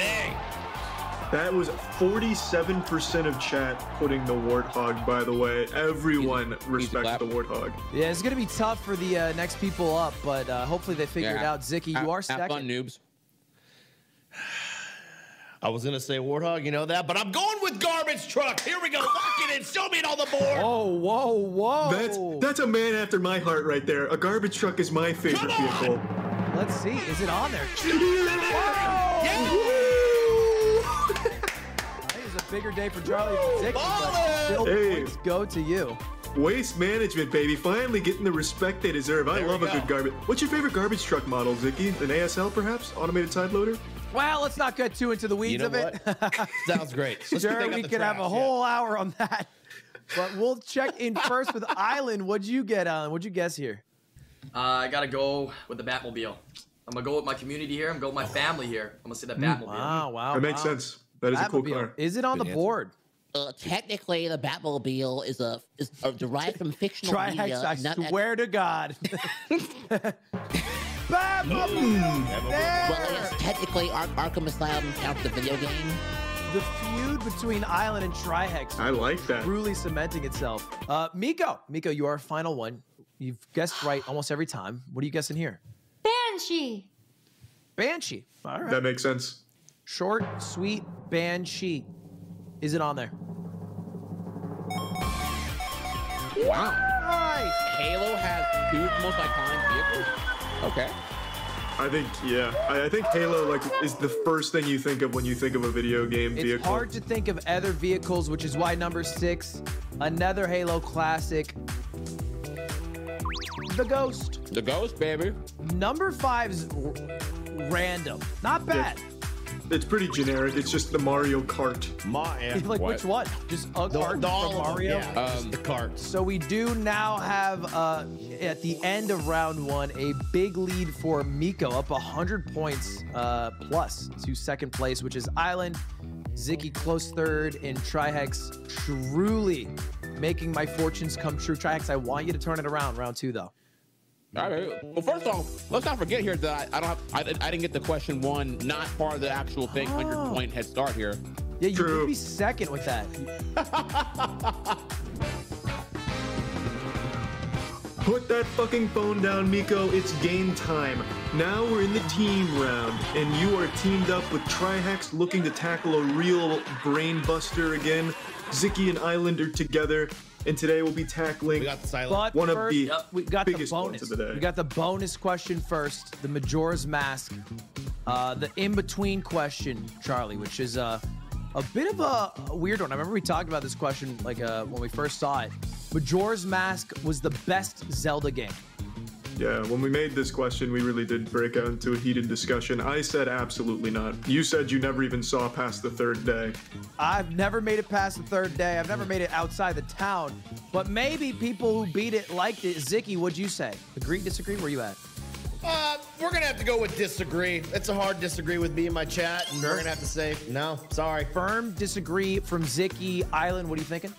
S2: That was 47% of chat putting the warthog, by the way. Everyone respects
S4: clap.
S2: the warthog.
S1: Yeah, it's gonna be tough for the uh, next people up, but uh, hopefully they figure it
S4: Yeah.
S1: out. Zicky,
S4: Have-
S1: you are
S4: Have fun,
S1: second.
S4: noobs.
S6: I was gonna say Warthog, you know that, but I'm going with garbage truck. Here we go. Lock it in. Show me it on the
S1: Whoa,
S6: board.
S1: Oh, whoa, whoa!
S2: That's that's a man after my heart right there. A garbage truck is my favorite
S6: Come on!
S2: vehicle.
S1: Let's see. Is it on there? It is a bigger day for Charlie than Zicky, but still
S2: Hey.
S1: points go to you.
S2: Waste management, baby. Finally getting the respect they deserve. I
S6: There we
S2: love a
S6: go.
S2: good garbage. What's your favorite garbage truck model, Zicky? An ASL, perhaps? Automated side loader?
S1: Well, let's not get too into the weeds
S6: You know
S1: of it.
S6: what? Sounds great. Let's get
S1: sure,
S6: that
S1: we
S6: on the
S1: could have a
S6: trash,
S1: whole hour on that. But we'll check in first with Island. What'd you get, Island? What'd you guess here?
S5: Uh, I gotta go with the Batmobile. I'm gonna go with my community here. I'm going with my family here. I'm gonna say the Batmobile.
S1: Wow, wow.
S2: That makes
S1: wow.
S2: sense. That is a cool
S1: Batmobile.
S2: car.
S1: Is it on the
S6: answer.
S1: board?
S9: Uh, technically, the Batmobile is a is uh, derived from fictional media.
S1: Trihex, I
S9: not ac-
S1: swear to God. Hmm. Batmobile!
S9: well, I guess
S1: There!
S9: technically, Ar- Arkham Asylum counts the video game.
S1: uh, The feud between Island and Trihex
S2: I like that.
S1: truly cementing itself. Uh, Miko, Miko, you are our final one. You've guessed right almost every time. What are you guessing here?
S3: Banshee.
S1: Banshee. All right.
S2: That makes sense.
S1: Short, sweet, Banshee. Is it on there?
S4: Wow.
S1: Nice.
S4: Halo has two of the most iconic vehicles. Okay.
S2: I think, yeah. I, I think Halo like is the first thing you think of when you think of a video game
S1: It's
S2: vehicle.
S1: hard to think of other vehicles, which is why number six, another Halo classic, the Ghost.
S4: The Ghost, baby.
S1: Number five's r- random. Not bad.
S2: It's pretty generic. It's just the Mario Kart.
S6: Yeah. Ma, yeah.
S1: like
S4: What?
S1: which one? Just a
S6: The,
S1: card
S6: the, all
S1: from
S6: of them,
S1: Mario.
S6: Yeah, just
S4: Um,
S6: the carts.
S1: So we do now have, uh, at the end of round one, a big lead for Miko, up 100 points uh, plus to second place, which is Island. Ziggy close third, and Trihex truly making my fortunes come true. Trihex, I want you to turn it around round two, though.
S4: All right. Well, first of all, let's not forget here that I, I don't have, I, I didn't get the question one, not part of the actual thing,
S1: Oh.
S4: 100 point head start here.
S1: Yeah, you
S2: True.
S1: could be second with that.
S2: Put that fucking phone down, Miko. It's game time. Now we're in the team round, and you are teamed up with Trihex looking to tackle a real brain buster again. Zicky and Island are together, and today we'll be tackling.
S6: We got the silent.
S1: But
S2: One of
S1: first,
S2: the
S1: we got the
S2: biggest ones
S1: bonus.
S2: of the day.
S1: We got the bonus question first, the Majora's Mask, uh, the in-between question, Charlie, which is uh, a bit of a, a weird one. I remember we talked about this question like uh, when we first saw it. Majora's Mask was the best Zelda game.
S2: Yeah, when we made this question, we really did break out into a heated discussion. I said absolutely not. You said you never even saw past the third day.
S1: I've never made it past the third day. I've never made it outside the town. But maybe people who beat it liked it. Zicky, what'd you say? Agree, disagree? Where you at?
S6: Uh, we're gonna have to go with disagree. It's a hard disagree with me in my chat, and we're gonna have to say no. Sorry.
S1: Firm disagree from Zicky Island. What are you thinking?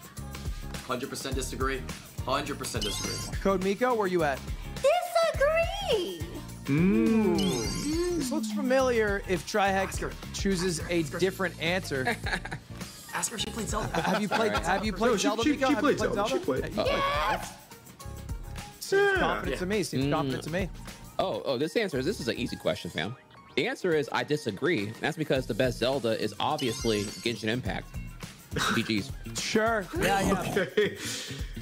S5: 100% disagree. 100% disagree.
S1: Code Miko, where you at?
S3: Disagree!
S1: This looks familiar if Trihex chooses a different answer.
S5: Ask her if she played Zelda.
S1: Have you played have you played
S2: No, she-
S1: Zelda
S2: she-
S1: Miko?
S2: she
S1: Have you
S2: played Zelda. She played.
S1: Yeah, you Seems confident
S5: Yeah.
S1: to me. Seems confident to me.
S4: Oh, oh, this answer is this is an easy question, fam. The answer is I disagree. And that's because the best Zelda is obviously Genshin Impact. GG's.
S1: Sure. Yeah, yeah.
S2: Okay.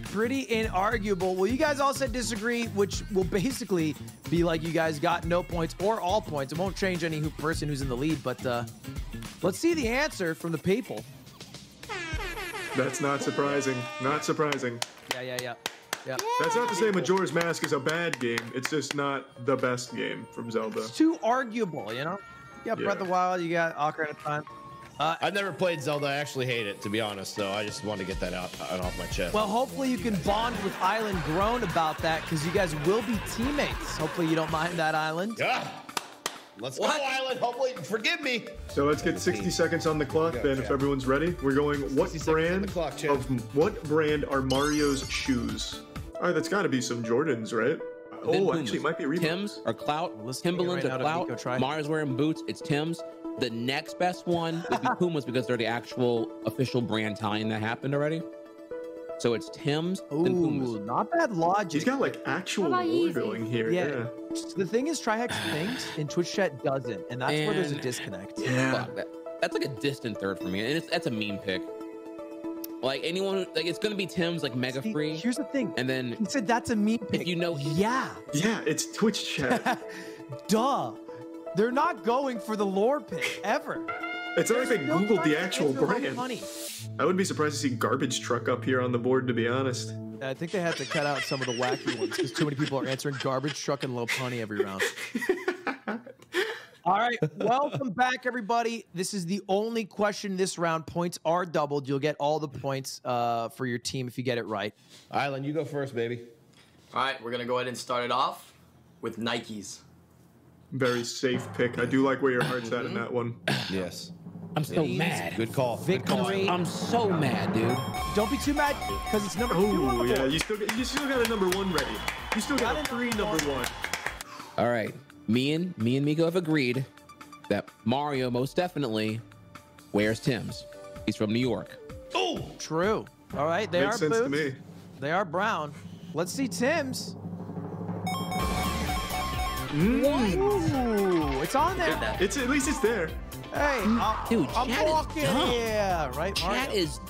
S1: Pretty inarguable. Well, you guys all said disagree, which will basically be like you guys got no points or all points. It won't change any who, person who's in the lead, but uh, let's see the answer from the people.
S2: That's not surprising. Not surprising.
S1: Yeah, yeah, yeah. Yeah.
S2: That's not to say Majora's Mask is a bad game. It's just not the best game from Zelda.
S1: It's too arguable, you know? You got Breath of
S2: Yeah.
S1: the Wild, you got Ocarina of Time.
S6: I've never played Zelda. I actually hate it, to be honest. So I just wanted to get that out and off my chest.
S1: Well, hopefully you can bond with Island Grown about that because you guys will be teammates. Hopefully you don't mind that, Island.
S6: Ah! let's
S5: What?
S6: go, Island. Hopefully, forgive me.
S2: So let's get 60 seconds on the clock
S6: Yeah,
S2: then, if
S6: yeah.
S2: everyone's ready. We're going. What
S6: 60 seconds on
S2: brand
S6: the clock, Chad.
S2: of what brand are Mario's shoes? All right, that's got to be some Jordans, right?
S4: Then
S2: Oh,
S4: Pumas.
S2: actually, it might be Reebok.
S4: Tim's or Clout.
S1: Listening
S4: Timberlands
S1: right
S4: or
S1: out of Nico,
S4: Clout.
S1: try it.
S4: Mars wearing boots. It's Tim's. The next best one would be Pumas because they're the actual official brand tie-in that happened already. So it's Tim's then
S1: Ooh,
S4: Pumas.
S1: not bad logic.
S2: He's got like actual lore
S3: How about Yeezys?
S2: going here.
S1: Yeah. The thing is, Trihex thinks and Twitch chat doesn't, and that's where there's a
S4: And-
S1: disconnect.
S2: Yeah. yeah.
S4: Fuck, that, that's like a distant third for me, and it's, that's a mean pick. Like anyone, who- like it's gonna be Tim's like mega
S1: See,
S4: free,
S1: here's the thing.
S4: and
S1: He
S4: then
S1: said that's a mean
S4: if
S1: pick.
S4: you know,
S1: yeah,
S2: Yeah, it's Twitch chat.
S1: duh. They're not going for the lore pick ever.
S2: It's not like they
S1: Still
S2: Googled
S1: trying
S2: the
S1: to
S2: actual
S1: answer like
S2: brand.
S1: Honey.
S2: I would be surprised to see garbage truck up here on the board, to be honest.
S1: I think they had to cut out some of the wacky ones because too many people are answering garbage truck and low punny every round. All right, welcome back, everybody. This is the only question this round. Points are doubled. You'll get all the points uh, for your team if you get it right.
S6: Island, you go first, baby.
S5: All right, we're gonna go ahead and start it off with Nikes.
S2: Very safe pick. I do like where your heart's at in that one.
S6: Yes.
S4: I'm so mad.
S6: Good call. Good call.
S1: Victory.
S4: I'm so mad, dude.
S1: Don't be too mad because it's number two. on
S2: Oh
S1: the
S2: yeah,
S1: board.
S2: you still got, you still got a number one ready. You still got a
S1: Got a
S2: three number one.
S4: All right, me and me and Miko have agreed that Mario most definitely wears Tim's. He's from New York.
S1: True. All right, they
S2: Makes
S1: are
S2: sense
S1: boots.
S2: to me.
S1: They are brown. Let's see Tim's.
S4: Mm.
S1: Ooh, it's on
S5: Did
S1: there.
S5: that.
S2: It's at least it's there.
S1: Hey, I'm,
S4: Dude,
S1: I'm
S4: chat is
S1: walking.
S4: dumb.
S1: Yeah, right.
S4: Chat
S1: Mario?
S4: is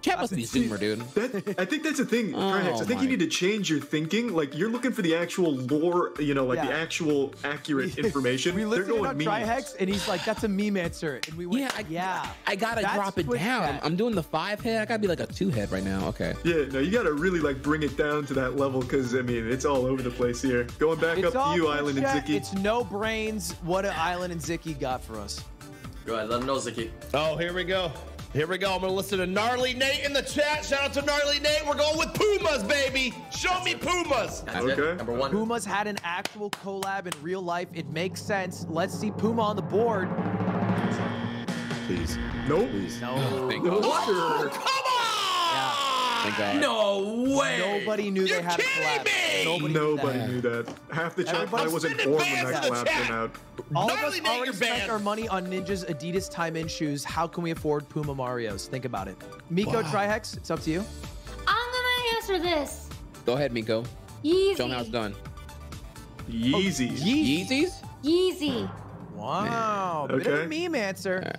S4: chat must be zoomer, dude.
S2: That, I think that's a thing,
S1: Oh
S2: Trihex. I think
S4: my-
S2: you need to change your thinking. Like you're looking for the actual lore, you know, like the
S1: Yeah.
S2: actual accurate information.
S1: We
S2: They're
S1: listened
S2: going
S1: to
S2: memes.
S1: Trihex, and he's like, "That's a meme answer," and we went,
S4: Yeah,
S1: "Yeah,
S4: I, I gotta
S1: That's
S4: drop it
S1: Twitch
S4: down. I'm,
S1: chat.
S4: I'm doing the five head. I gotta be like a two head right now. Okay.
S2: Yeah, no, you gotta really like bring it down to that level because I mean it's all over the place here. Going back
S1: it's
S2: up
S1: all
S2: to you,
S1: Twitch
S2: Island and
S1: chat.
S2: Zicky.
S1: It's no brains. What a Island and Zicky got for us.
S5: Go ahead, let him know, Ziki.
S6: Oh, here we go. Here we go. I'm gonna listen to gnarly Nate in the chat. Shout out to gnarly Nate. We're going with Pumas, baby. Show me Pumas.
S5: That's
S2: Okay.
S5: it. Number one.
S1: Puma's had an actual collab in real life. It makes sense. Let's see Puma on the board.
S6: please.
S2: Nope.
S6: Please.
S1: No.
S4: Thank God. Thank God.
S5: No way.
S1: Nobody knew they had a collab. Nobody. knew
S2: Nobody
S1: that.
S2: knew that. Half the chat
S1: Everybody
S2: probably wasn't
S6: spin it
S2: born when
S6: fast
S2: that
S6: to the
S2: collab
S6: chat.
S2: came out.
S1: All of
S6: Gnarly
S1: us
S6: Nate,
S1: already
S6: you're
S1: spent
S6: banned.
S1: our money on Ninja's Adidas Time In shoes. How can we afford Puma Mario's? Think about it. Miko Trihex, it's up to you.
S3: I'm gonna answer this.
S4: Go ahead, Miko.
S3: Yeezy.
S4: Show 'em how it's done.
S1: Oh,
S2: Yeezy.
S4: Yeezys?
S3: Yeezy.
S1: Wow. Bit of a
S2: Okay. Mm.
S1: meme answer.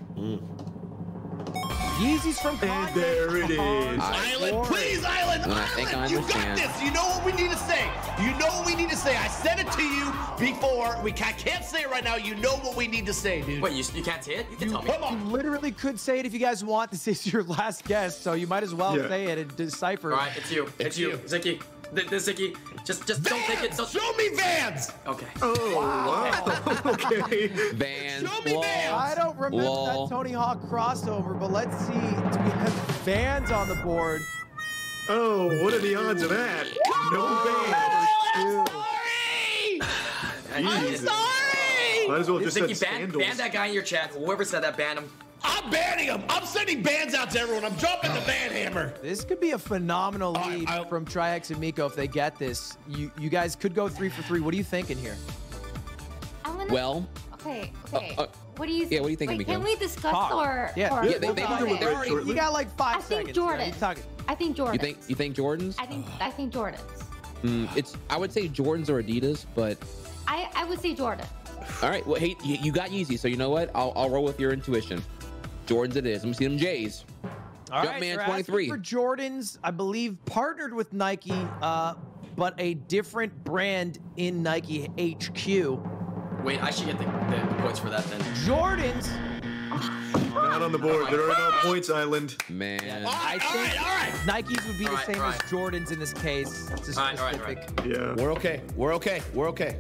S1: Yeezys from Kanye.
S2: And there it is.
S6: Island,
S1: Lord.
S6: please, Island,
S4: And I
S6: Island,
S4: think I
S6: you got
S4: understand.
S6: this. You know what we need to say. You know what we need to say. I said it to you before. We I can't say it right now. You know what we need to say, dude.
S5: Wait, you, you can't say it? You can tell me.
S6: Come
S1: You
S6: on.
S1: literally could say it if you guys want. This is your last guess, so you might as well
S2: Yeah.
S1: say it and decipher.
S5: All right, it's you. It's,
S6: It's
S5: you,
S6: you.
S5: Zicky. Th- this Zicky. Just, just don't take it.
S6: Vans!
S5: Don't...
S6: Show me Vans!
S5: Okay.
S2: Oh, wow. okay.
S4: Vans.
S6: Show me
S4: walls,
S6: Vans.
S1: I don't remember
S4: wall.
S1: that Tony Hawk crossover, but let's see. Do we have fans on the board?
S2: Oh, what are the odds of that? No
S6: Island, I'm sorry!
S2: ban.
S6: I'm
S2: Jesus.
S6: sorry!
S2: Might as well just said
S5: Zicky, ban,
S2: scandals.
S5: ban that guy in your chat. Whoever said that, ban him.
S6: I'm banning them. I'm sending bans out to everyone. I'm dropping the ban hammer.
S1: This could be a phenomenal
S6: I-
S1: lead
S6: I-
S1: from Triax and Miko if they get this. You you guys could go three for three. What are you thinking here?
S3: I'm gonna.
S4: Well,
S3: Okay.
S4: uh,
S3: Okay.
S4: uh,
S3: what do you?
S4: yeah, what do you think,
S3: Wait,
S4: Miko?
S3: can we discuss
S1: Talk.
S3: or?
S1: Yeah,
S3: Or
S1: yeah,
S4: they- they
S3: vote
S4: can
S3: on
S4: do it.
S3: it?
S4: They're already-
S1: You got like five
S3: I
S1: seconds.
S3: think
S1: here.
S3: Jordan.
S1: You talking-
S3: I think Jordan.
S4: you think you Uh-huh. think Jordans?
S3: I think I think Jordan's.
S4: Mm, it's I would say Jordans or Adidas, but
S3: I I would say Jordan.
S4: all right. Well, hey, you, you got Yeezy, so you know what? I'll, I'll roll with your intuition. Jordans, it is. I'm seeing them J's.
S1: All right,
S4: Jumpman
S1: they're asking
S4: 23.
S1: for Jordans, I believe, partnered with Nike, uh, but a different brand in Nike HQ.
S5: Wait, I should get the, the points for that then.
S1: Jordans.
S2: Not on the board. There are no points, Island.
S4: Man,
S6: All right, all right, all right.
S1: Nikes would be the
S5: Alright,
S1: same
S5: alright.
S1: as Jordans in this case. It's a
S5: Alright, alright,
S1: specific.
S2: Yeah.
S6: We're okay. We're okay. We're okay.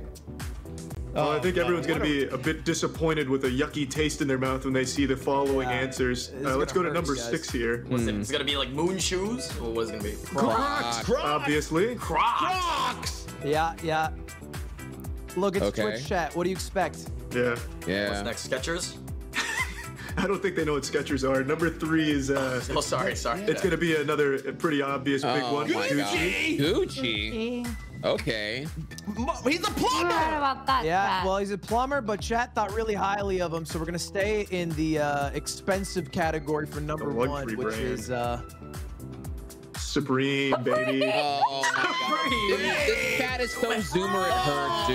S2: Well, I think
S6: Oh,
S2: everyone's
S6: God.
S2: going to be a bit disappointed with a yucky taste in their mouth when they see the following
S1: Yeah,
S2: answers.
S1: it's
S2: Uh, let's go
S1: gonna
S2: to
S1: hurt
S2: number
S1: you guys.
S2: six here.
S5: What's
S1: Hmm.
S5: it? It's gonna be like moon shoes. Or what is it gonna be?
S6: Crocs, Crocs,
S2: Obviously.
S5: Crocs.
S6: Crocs.
S1: Yeah, yeah. Look, it's
S4: Okay.
S1: Twitch chat. What do you expect?
S2: Yeah.
S4: yeah.
S5: Next Skechers.
S2: I don't think they know what Skechers are. Number three is uh,
S5: Oh, sorry, sorry.
S2: it's going to be another pretty obvious big
S4: Oh
S2: one.
S4: my God.
S6: Gucci.
S4: Gucci. Okay.
S6: Mo- He's
S3: You're
S6: a
S3: right
S6: plumber.
S3: about that.
S1: Yeah,
S3: Pat.
S1: well, he's a plumber, but chat thought really highly of him, so we're gonna stay in the uh, expensive category for number
S2: luxury
S1: one, which
S2: brand.
S1: is uh,
S2: Supreme, baby.
S4: Oh my God. This, this cat is so zoomer at her,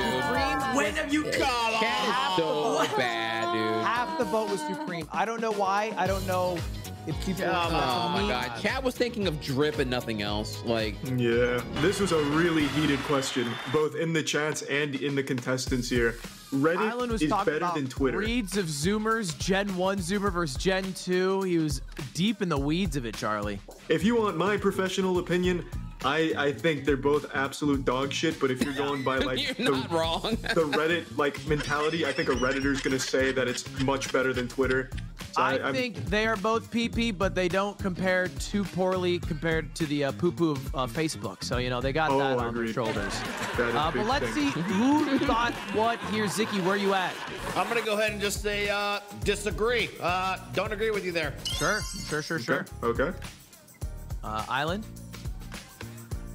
S4: dude.
S5: When have you
S6: Come on.
S4: Cat is so bad, dude.
S1: half the vote was Supreme. I don't know why. I don't know if people.
S6: Come
S4: Oh my
S1: me.
S4: God. Chad was thinking of drip and nothing else. Like,
S2: Yeah, this was a really heated question, both in the chats and in the contestants here. Reddit
S1: Island was
S2: is
S1: talking
S2: better
S1: about
S2: than Twitter.
S1: breeds of Zoomers, Gen 1 Zoomer versus Gen 2. He was deep in the weeds of it, Charlie.
S2: If you want my professional opinion, I, I think they're both absolute dog shit, but if you're going by
S4: you're
S2: like
S4: not
S2: the,
S4: wrong.
S2: the Reddit like mentality, I think a Redditor's gonna say that it's much better than Twitter. So
S1: I,
S2: I'm-
S1: think they are both PP, but they don't compare too poorly compared to the uh, poo poo of uh, Facebook. So, you know, they got
S2: Oh,
S1: that on
S2: agreed.
S1: their shoulders.
S2: that is
S1: Uh, but
S2: big
S1: let's
S2: thing.
S1: see who thought what here. Zicky, where you at?
S6: I'm gonna go ahead and just say uh, disagree. Uh, don't agree with you there.
S1: Sure, sure, sure, sure.
S2: Okay. okay.
S1: Uh, Island?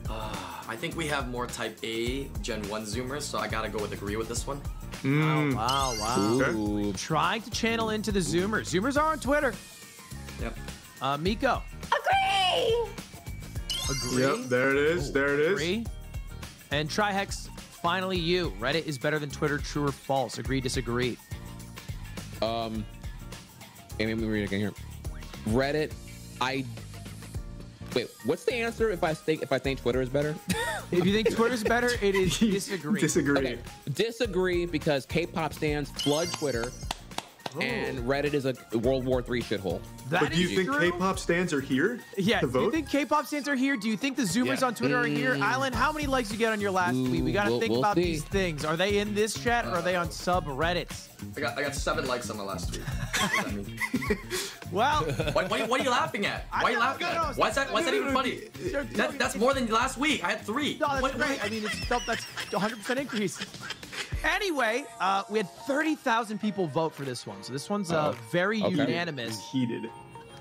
S5: I think we have more Type A Gen One Zoomers, so I gotta go with agree with this one.
S2: Mm,
S1: Wow, wow.
S4: Ooh.
S1: Trying to channel into the Zoomers. Zoomers are on Twitter.
S5: Yep.
S1: Uh, Miko,
S3: Agree.
S1: agree.
S2: Yep, there it is. there it is.
S1: Agree. And Trihex, finally you. Reddit is better than Twitter. True or false? Agree, disagree.
S4: Um, and let me read it again here. Reddit, I. Wait, what's the answer if I think if I think Twitter is better?
S1: If you think Twitter's better, it is disagree.
S2: Disagree.
S4: Okay. Disagree because K-pop stands flood Twitter, and Reddit is a World War III shithole.
S1: That
S2: But do you
S1: is
S2: think
S1: true.
S2: K-pop stands are here?
S1: Yeah.
S2: To
S1: Do you
S2: vote?
S1: think K-pop fans are here? Do you think the Zoomers
S6: Yeah.
S1: on Twitter are here? Island, how many likes you get on your last
S4: Ooh,
S1: tweet? We gotta
S4: we'll-
S1: think
S4: we'll
S1: about
S4: see.
S1: these things. Are they in this chat or are they on subreddits?
S5: I got, I got seven likes on my last tweet. What does that mean?
S1: Well,
S5: What, what, what are you laughing at? Why are you
S1: I know,
S5: laughing
S1: I know,
S5: at? Why is that? Why is that even funny? That, that's more than last week. I had three.
S1: no, that's
S5: What-
S1: great. I mean, it's that's 100 percent increase. Anyway, uh, we had 30,000 people vote for this one. So this one's uh, very
S2: okay.
S1: unanimous.
S2: Heated.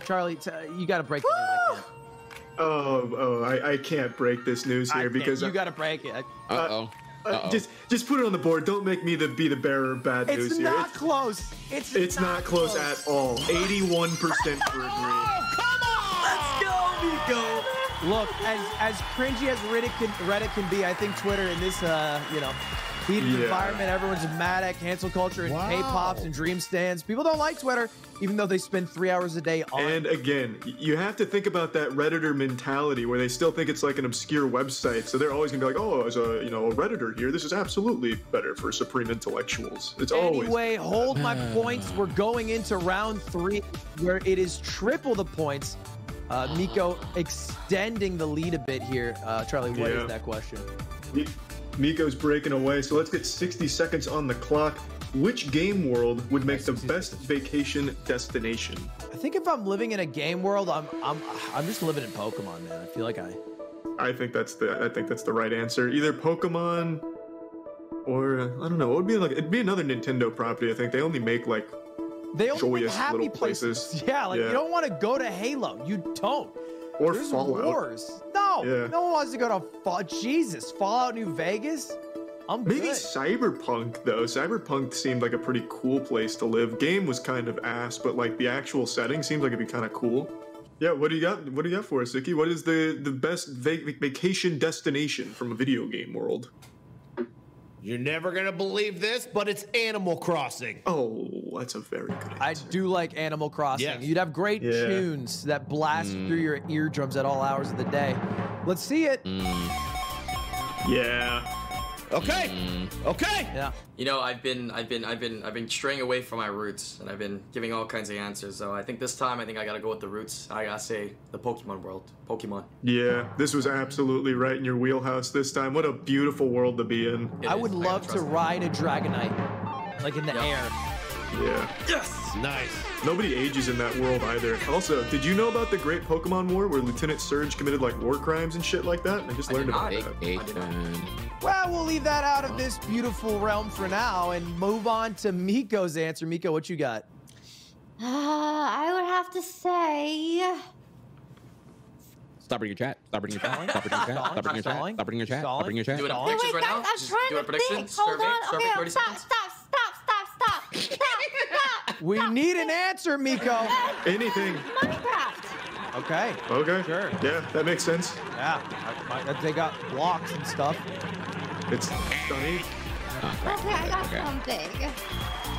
S1: Charlie, t- uh, you got to break the news. I can't.
S2: Oh, oh, I, I can't break this news
S1: I
S2: here
S1: can't.
S2: because
S1: you got to break it. I-
S4: Uh oh.
S2: uh, just just put it on the board. Don't make me the be the bearer of bad
S1: It's
S2: news here.
S1: not close. It's,
S2: It's, it's not, close, at all. Eighty-one percent for agree.
S1: Look, as as cringy as Reddit can, Reddit can be, I think Twitter in this uh, you know heated
S2: Yeah.
S1: environment, everyone's mad at cancel culture and K-pops and dream stands. People don't like Twitter, even though they spend three hours a day on.
S2: And again, y- you have to think about that redditor mentality where they still think it's like an obscure website, so they're always gonna be like, "Oh, as a you know a redditor here, this is absolutely better for supreme intellectuals." It's always
S1: anyway, hold my points. We're going into round three, where it is triple the points. Uh, Miko extending the lead a bit here. Uh, Charlie, what is
S2: Yeah.
S1: that question?
S2: Mi- Miko's breaking away, so let's get 60 seconds on the clock. Which game world would make the best vacation destination?
S1: I think if I'm living in a game world, I'm I'm I'm just living in Pokemon, man. I feel like I.
S2: I think that's the I think that's the right answer. Either Pokemon or uh, I don't know. It would be like it'd be another Nintendo property. I think they only make like
S1: They only make
S2: joyous
S1: happy
S2: little
S1: places.
S2: places.
S1: Yeah, like you
S2: Yeah.
S1: don't want to go to Halo. You don't.
S2: or
S1: There's
S2: Fallout.
S1: wars. No,
S2: Yeah.
S1: no one wants to go to Fall. Jesus, Fallout New Vegas. I'm
S2: Maybe
S1: good.
S2: Cyberpunk though. Cyberpunk seemed like a pretty cool place to live. Game was kind of ass, but like the actual setting seems like it'd be kind of cool. Yeah, what do you got? What do you got for us, Vicky? What is the the best va- vacation destination from a video game world?
S6: You're never gonna believe this, but it's Animal Crossing.
S2: Oh, that's a very good answer.
S1: I do like Animal Crossing.
S6: Yes.
S1: You'd have great
S2: Yeah.
S1: tunes that blast through your eardrums at all hours of the day. Let's see it.
S2: Yeah,
S6: Okay, okay.
S1: Yeah.
S5: You know, I've been, I've been, I've been, I've been straying away from my roots, and I've been giving all kinds of answers. So I think this time, I think I gotta go with the roots. I gotta say the Pokemon world, Pokemon.
S2: yeah. This was absolutely right in your wheelhouse this time. What a beautiful world to be in.
S5: It
S1: I
S5: is.
S1: would
S5: gotta
S1: love to
S5: trust it.
S1: ride a Dragonite, like in the
S5: Yeah.
S1: air.
S2: Yeah.
S5: Yes.
S6: Nice.
S2: Nobody ages in that world either. Also, did you know about the Great Pokemon War where Lieutenant Surge committed like war crimes and shit like that? I just
S5: I did
S2: learned about
S5: not.
S2: that.
S4: Vacation.
S1: Well, we'll leave that out of this beautiful realm for now and move on to Miko's answer. Miko, what you got?
S3: Uh, I would have to say.
S4: Stop reading your chat. Stop reading your chat. Stop reading your chat. Stop reading your chat. Stop reading your chat. Stop reading your
S5: Doing
S4: chat.
S5: a
S3: No,
S5: predictions
S3: wait,
S5: right
S3: guys,
S5: now.
S3: I'm
S5: Just
S3: trying
S5: doing a
S3: to think.
S5: predictions.
S3: Hold
S5: survey,
S3: on.
S5: survey,
S3: okay,
S5: 30
S3: stop,
S5: seconds.
S3: stop, stop, stop, stop, stop, stop.
S1: We need an answer, Miko.
S2: Anything.
S3: Minecraft.
S1: Okay.
S2: Okay.
S1: Sure.
S2: Yeah, that makes sense.
S1: Yeah. I- I- They got blocks and stuff.
S2: It's funny.
S3: Okay, I got
S4: Okay.
S3: something.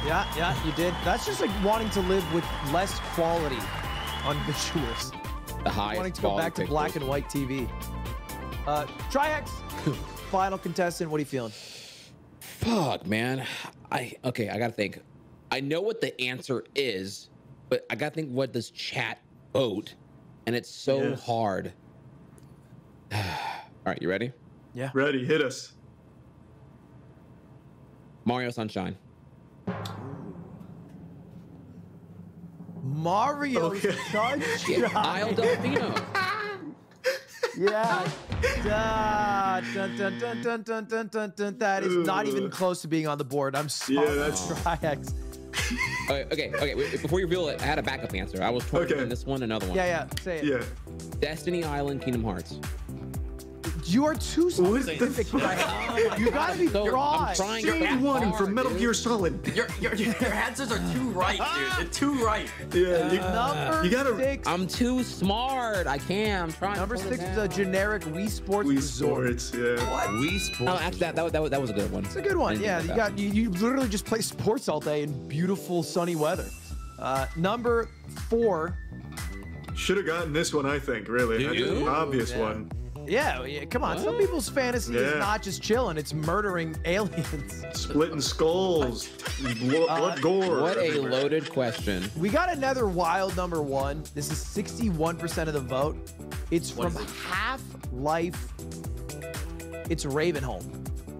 S1: Yeah, yeah, you did. That's just like wanting to live with less quality on visuals.
S4: The highest
S1: Wanting to go back to
S4: quality
S1: black
S4: pixels.
S1: and white TV. Uh, Triax, final contestant. What are you feeling?
S4: Fuck, man. I okay. I gotta think. I know what the answer is, but I gotta think what does chat vote, and it's so
S2: Yes.
S4: hard. All right, you ready?
S2: Ready, hit us.
S4: Mario Sunshine.
S1: Mario
S2: Okay.
S1: Sunshine.
S4: Isle Delfino.
S1: Yeah. Da- dun, dun, dun, dun, dun, dun, dun, dun. That is not even
S2: Ugh.
S1: close to being on the board. I'm sorry,
S2: Yeah, that's-
S1: Triax.
S4: okay, okay, okay. wait, Before you reveal it, I had a backup answer. I was torn
S2: Okay.
S4: between this one, another one.
S1: Yeah, yeah. Say it.
S2: Yeah.
S4: Destiny Island, Kingdom Hearts.
S1: You are too
S2: What the
S1: specific, Triax. You gotta be
S4: So, I'm
S1: broad.
S4: trying-
S2: Day
S4: That's
S2: one
S4: hard,
S2: from Metal
S4: dude.
S2: Gear Solid.
S5: Your, your, your your answers are too right, dude.
S1: Ah!
S5: They're too right.
S2: Yeah. You,
S1: Number
S2: you gotta.
S1: six.
S4: I'm too smart. I can't. I'm trying. to
S1: Number
S4: pull it
S1: six is
S4: down.
S1: a generic Wii Sports
S2: Wii
S1: Resort.
S2: Sports. Yeah.
S6: We
S4: Oh, actually, that, that, was- that, was- that was a good one.
S1: It's a good one. Yeah, you got you, you literally just play sports all day in beautiful sunny weather. Uh, number four.
S2: Should have gotten this one, I think. Really, that's an
S4: you?
S2: obvious
S1: Yeah.
S2: one.
S1: Yeah, yeah, come on. Some people's fantasy is
S2: Yeah.
S1: not just chilling; it's murdering aliens.
S2: Splitting skulls, blood, blood gore.
S4: Uh, What a
S2: everywhere.
S4: loaded question.
S1: We got another wild number one. This is 61% of the vote. It's
S5: What
S1: from
S5: is it?
S1: Half Life. It's Ravenholm.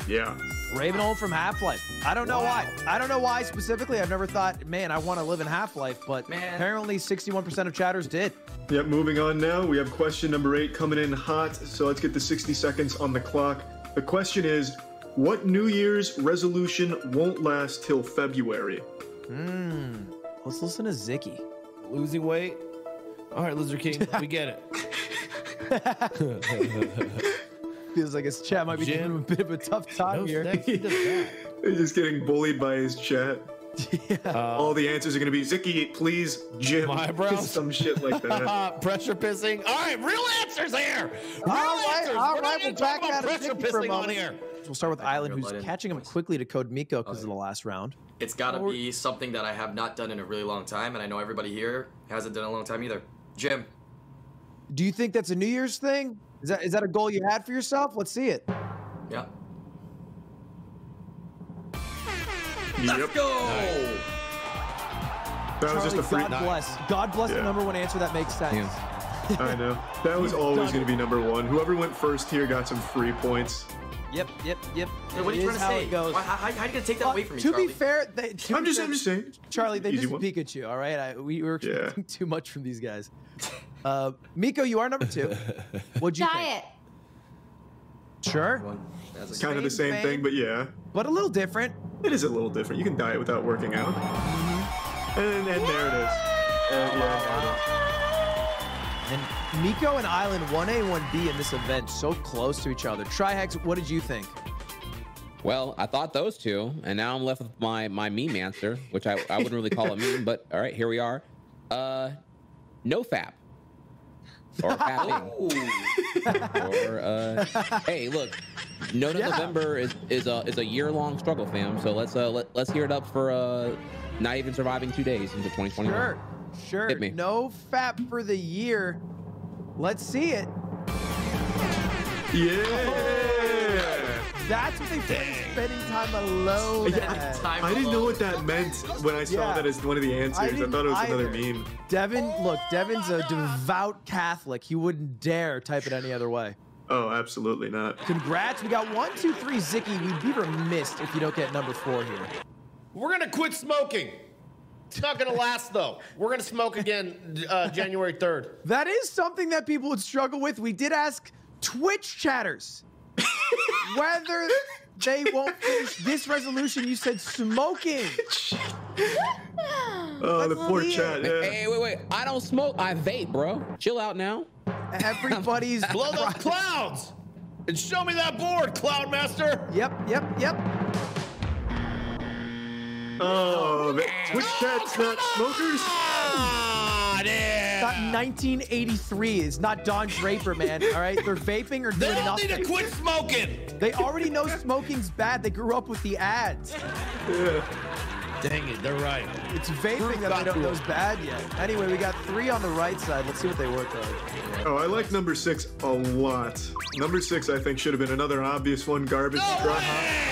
S2: Yeah.
S1: Ravenholm from Half Life. I don't know why. I don't know why specifically. I've never thought, man, I want to live in Half Life, but
S5: Man.
S1: apparently 61% of chatters did.
S2: Yep, moving on now. We have question number eight coming in hot. So let's get the 60 seconds on the clock. The question is What New Year's resolution won't last till February?
S1: Hmm. Let's listen to Zicky.
S6: Losing weight. All right, Lizard King, we get it.
S1: Feels like his chat might be
S6: Jim.
S1: having a bit of a tough time
S6: No
S1: here.
S6: snacks, he does that.
S2: He's just getting bullied by his chat. Uh, All the answers are going to be Zicky, please, Jim.
S6: My eyebrows?
S2: Some shit like that.
S6: Uh, pressure pissing. All right, real answers here. Real
S1: All right,
S6: answers.
S1: all right,
S6: We're not
S1: we'll
S6: even
S1: back
S6: talking about
S1: out of
S6: pressure
S1: Vicky for a
S6: pissing on
S1: moment.
S6: here.
S1: We'll start with
S5: I can
S1: Island,
S5: reel
S1: who's
S5: that in.
S1: catching him quickly to Code Miko because of the last round.
S5: It's got to
S1: Or-
S5: be something that I have not done in a really long time, and I know everybody here hasn't done in a long time either. Jim,
S1: Do you think that's a New Year's thing? Is that is that a goal you had for yourself? Let's see it.
S5: yeah.
S2: yep.
S5: Go!
S2: That was just a
S1: Charlie,
S2: free.
S1: God bless. God bless the
S2: Yeah.
S1: number one answer that makes sense.
S2: I know. That was always going to be number one. Whoever went first here got some free points.
S1: Yep, yep, yep.
S5: Hey, what
S1: It
S5: are you
S1: is
S5: trying to
S1: how
S5: say?
S1: it goes.
S5: Why, how, how, how are you gonna take that
S1: But
S5: away from me,
S1: to
S5: Charlie?
S1: be fair, they, to
S2: I'm
S1: be
S2: just,
S1: fair,
S2: I'm just saying.
S1: Charlie, they
S2: Easy
S1: just
S2: one.
S1: Pikachu, all right? I, we were
S2: Yeah.
S1: expecting too much from these guys. Uh, Miko, you are number two. What'd you think?
S3: Diet.
S1: Sure,
S5: One. That's a-
S2: Kind of the
S1: Same
S2: same
S1: thing.
S2: thing, but yeah.
S1: but a little different.
S2: It is a little different. You can diet without working out. And, and there it is. And, yeah,
S1: And Miko and Island 1A, 1B in this event, so close to each other. Trihex, what did you think?
S4: Well, I thought those two, and now I'm left with my my meme answer, which I, I wouldn't really call a meme, but all right, here we are. Uh, no fap or fapping or uh, hey, look, no to
S1: Oh. Yeah.
S4: November is is a is a year long struggle, fam. So let's uh let, let's hear it up for uh not even surviving two days into 2021.
S1: Sure, sure.
S4: Hit me.
S1: No fap for the year. Let's see it.
S2: yeah.
S1: That's what they play spending time alone. at.
S5: Time
S2: I didn't know
S5: alone.
S2: what that meant when I saw
S1: Yeah.
S2: that as one of the answers. I,
S1: didn't
S2: thought it was another
S1: either.
S2: meme.
S1: Devin, look, Devin's a devout Catholic. He wouldn't dare type it any other way.
S2: Oh, absolutely not.
S1: Congrats, we got one, two, three, Zicky. We'd be remiss if you don't get number four here.
S6: We're gonna quit smoking. It's not gonna last though. We're gonna smoke again uh, January third.
S1: That is something that people would struggle with. We did ask Twitch chatters whether they won't finish this resolution. You said smoking.
S2: Oh, the
S1: Unbelievable.
S2: poor chat. Yeah.
S4: Hey, wait, wait! I don't smoke. I vape, bro. Chill out now.
S1: Everybody's
S6: Blow those clouds and show me that board, Cloud Master.
S1: Yep, yep, yep.
S2: Oh, the Twitch chat's not smokers.
S6: Ah, damn.
S1: Not 1983 is not Don Draper, man. All right, they're vaping or doing
S6: They all need
S1: nothing.
S6: to quit smoking.
S1: They already know smoking's bad. They grew up with the ads.
S6: Dang it, they're right.
S1: It's vaping that they don't know's bad yet. Anyway, we got three on the right side. Let's see what they work on.
S2: Oh, I like number six a lot. Number six, I think, should have been another obvious one. Garbage truck.
S1: Yeah,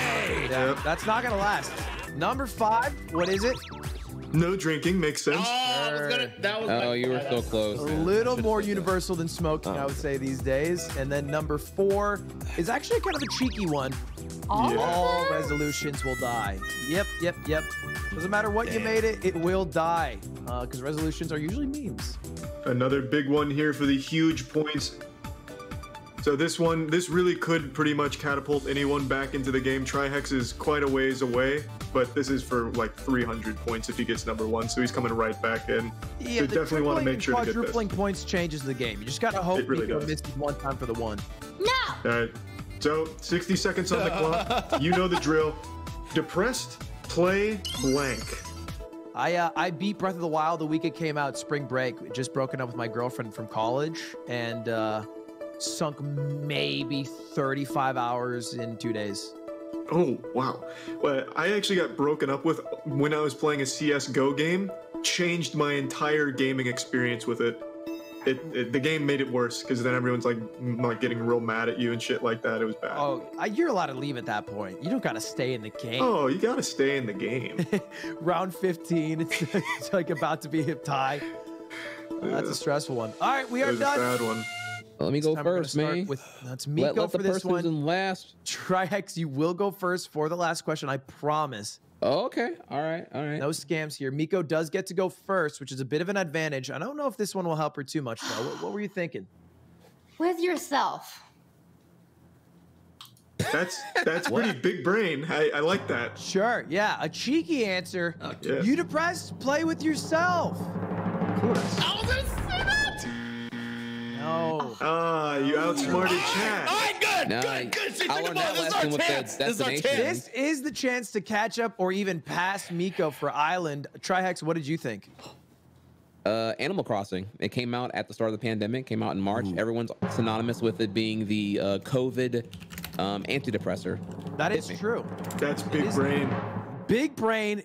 S2: Yep.
S1: that's not gonna last. Number five, what is it?
S2: No drinking makes sense.
S6: Oh, I was gonna, that was my-
S4: Oh, you were so close.
S1: A
S4: man.
S1: little more universal than smoking,
S2: Oh.
S1: I would say these days. And then number four is actually kind of a cheeky one.
S3: All
S2: Yeah.
S1: All
S3: of them?
S1: resolutions will die. Yep, yep, yep. Doesn't matter what you made it, it will die. Because resolutions are usually memes.
S2: Another big one here for the huge points. So this one, this really could pretty much catapult anyone back into the game. Trihex is quite a ways away, but this is for like 300 points if he gets number one, so he's coming right back in. so
S1: the
S2: definitely want to
S1: tripling
S2: make
S1: and
S2: sure to get this.
S1: quadrupling points changes the game. You just gotta hope
S2: It really
S1: Nico
S2: does.
S1: misses one time for the one.
S3: No.
S2: All right. So 60 seconds on the clock. You know the drill. Depressed, play blank.
S1: I uh, I beat Breath of the Wild the week it came out, spring break. Just broken up with my girlfriend from college and uh, sunk maybe 35 hours in two days.
S2: Oh, wow. Well, I actually got broken up with when I was playing a CSGO game, changed my entire gaming experience with it. It, it the game made it worse because then everyone's like, m- like getting real mad at you and shit like that. It was bad. Oh,
S1: Oh, I, you're allowed to leave at that point. You don't gotta stay in the game.
S2: Oh, you gotta stay in the game.
S1: Round 15, it's, it's like about to be a tie. Uh, that's a stressful one. All right, we
S2: it
S1: are
S2: was a
S1: done.
S2: bad one.
S4: Let me go
S1: Time we're gonna
S4: first,
S1: start
S4: man.
S1: With, that's Miko
S4: let, let the
S1: for this
S4: person
S1: one.
S4: who's in last.
S1: Trihex, you will go first for the last question. I promise.
S4: Oh, okay. All right. All right.
S1: No scams here. Miko does get to go first, which is a bit of an advantage. I don't know if this one will help her too much, though. What, what were you thinking?
S3: With yourself.
S2: That's that's pretty big brain. I, I like that.
S1: Sure. Yeah. A cheeky answer.
S4: Oh,
S2: yeah.
S1: You depressed? Play with yourself.
S9: I was gonna say that.
S4: Oh,
S1: No.
S2: Ah, you outsmarted Chad.
S6: All right, good,
S4: No, I-
S6: good, good. She
S4: I
S6: took
S4: learned
S6: the ball.
S4: that
S6: This is
S4: lesson
S6: our
S4: with the
S6: chance. This is our
S4: destination.
S6: chance.
S1: This is the chance to catch up or even pass Miko for Island. Trihex, what did you think?
S4: Uh, Animal Crossing. It came out at the start of the pandemic. Came out in March. Everyone's synonymous with it being the uh, COVID um, antidepressor.
S1: That
S4: Hit
S1: is
S4: me.
S1: true.
S2: That's big
S1: is-
S2: brain.
S1: Big brain.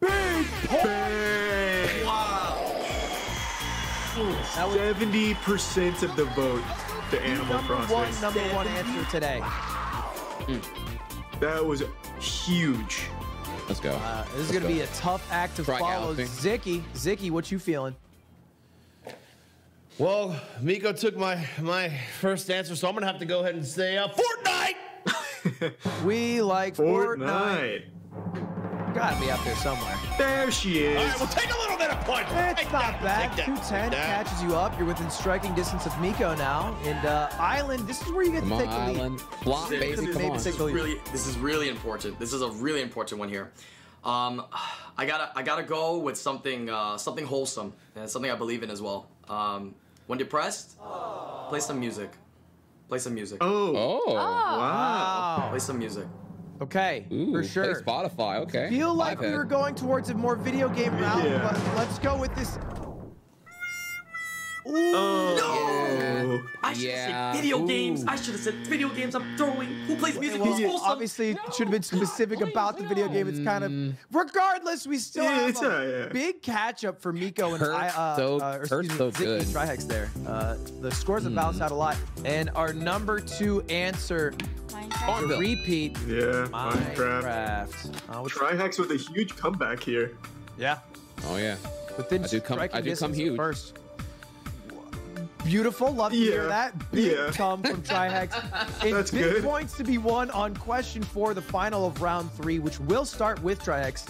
S2: Bang! Seventy percent of the vote to Animal
S1: number one,
S2: Crossing.
S1: number one answer today.
S2: That was huge.
S4: Let's go.
S1: Uh, this is going to be a tough act to
S4: Try
S1: follow.
S4: Galaxy.
S1: Zicky, Zicky, what you feeling?
S6: Well, Miko took my my first answer, so I'm gonna have to go ahead and say uh, Fortnite.
S1: We like Fortnite.
S2: Fortnite.
S1: Gotta be out there somewhere.
S2: There she is.
S6: All right, we'll take a little bit of points.
S1: It's
S6: Take
S1: not
S6: that,
S1: bad.
S6: take that,
S1: 210
S6: take that.
S1: catches you up. You're within striking distance of Miko now. And uh, Island, this is where you get
S4: Come
S1: to
S4: on,
S1: take the lead.
S4: Island. Block,
S5: Maybe
S4: baby. Come
S1: maybe
S4: on.
S1: take
S5: This is really, this is really important. This is a really important one here. Um, I gotta, I gotta go with something, uh, something wholesome and something I believe in as well. Um, when depressed, play some music. Play some music.
S2: Oh,
S4: Oh.
S2: wow.
S5: Play some music.
S1: Okay,
S4: Ooh,
S1: for
S4: play
S1: sure.
S4: Spotify. Okay.
S1: Feel like we
S4: iPad.
S1: were going towards a more video game route,
S2: Yeah.
S1: but let's go with this.
S2: Oh.
S5: I should have
S4: Yeah.
S5: said video
S4: Ooh.
S5: games. I should have said video games. I'm throwing. Who plays music?
S1: Well,
S5: Who's wholesome?
S1: obviously, it should have been specific about the video game. It's kind
S4: Mm.
S1: of, regardless, we still
S2: Yeah,
S1: have
S2: it's
S1: a
S2: alright, yeah.
S1: big catch up for Miko and
S4: Kurt's
S1: I. Uh,
S4: so-
S1: uh, or excuse
S4: Kurt's
S1: me,
S4: so
S1: Zicky
S4: good. Mm.
S1: and Trihex there. Uh, the scores have bounced out a lot, and our number two answer,
S3: Minecraft.
S4: Farmville.
S1: repeat,
S2: Yeah, Minecraft.
S1: Uh, which-
S2: Trihex with a huge comeback here.
S1: yeah,
S4: Oh yeah.
S1: within
S4: I do come- I
S1: striking
S4: do come
S1: distance
S4: huge.
S1: first. Beautiful, love to hear
S2: Yeah,
S1: that. Big
S2: yeah.
S1: come from Trihex. And
S2: That's
S1: big
S2: good.
S1: points to be won on question four, the final of round three, which will start with Trihex.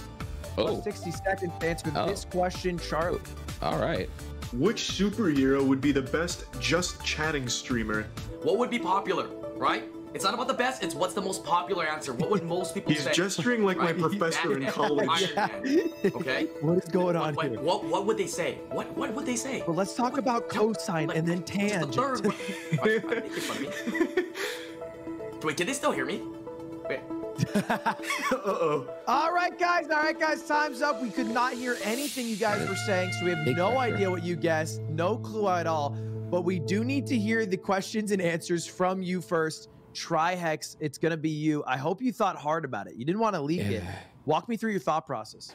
S4: Oh.
S1: 60 seconds to answer
S4: Oh.
S1: this question, Charlie.
S4: All right.
S2: Which superhero would be the best just chatting streamer?
S5: What would be popular, right? It's not about the best. It's what's the most popular answer. What would most people
S2: He's
S5: say?
S2: gesturing like my
S5: Right?
S2: professor in
S5: Batman,
S2: college.
S5: Iron Man, Okay.
S1: What is going on
S5: What, what,
S1: here?
S5: what, what would they say? What what would they say?
S1: Well, let's talk about cosine and then
S5: Just
S1: tangent.
S5: the third one. Why are they making fun of me? Wait, did they still hear me? Wait.
S2: Uh-oh.
S1: All right, guys. All right, guys. Time's up. We could not hear anything you guys were saying, so we have
S4: Big
S1: no
S4: pressure.
S1: idea what you guessed, no clue at all. But we do need to hear the questions and answers from you first. Try Hex. It's going to be you. I hope you thought hard about it. You didn't want to leak it.
S4: Yeah.
S1: Walk me through your thought process.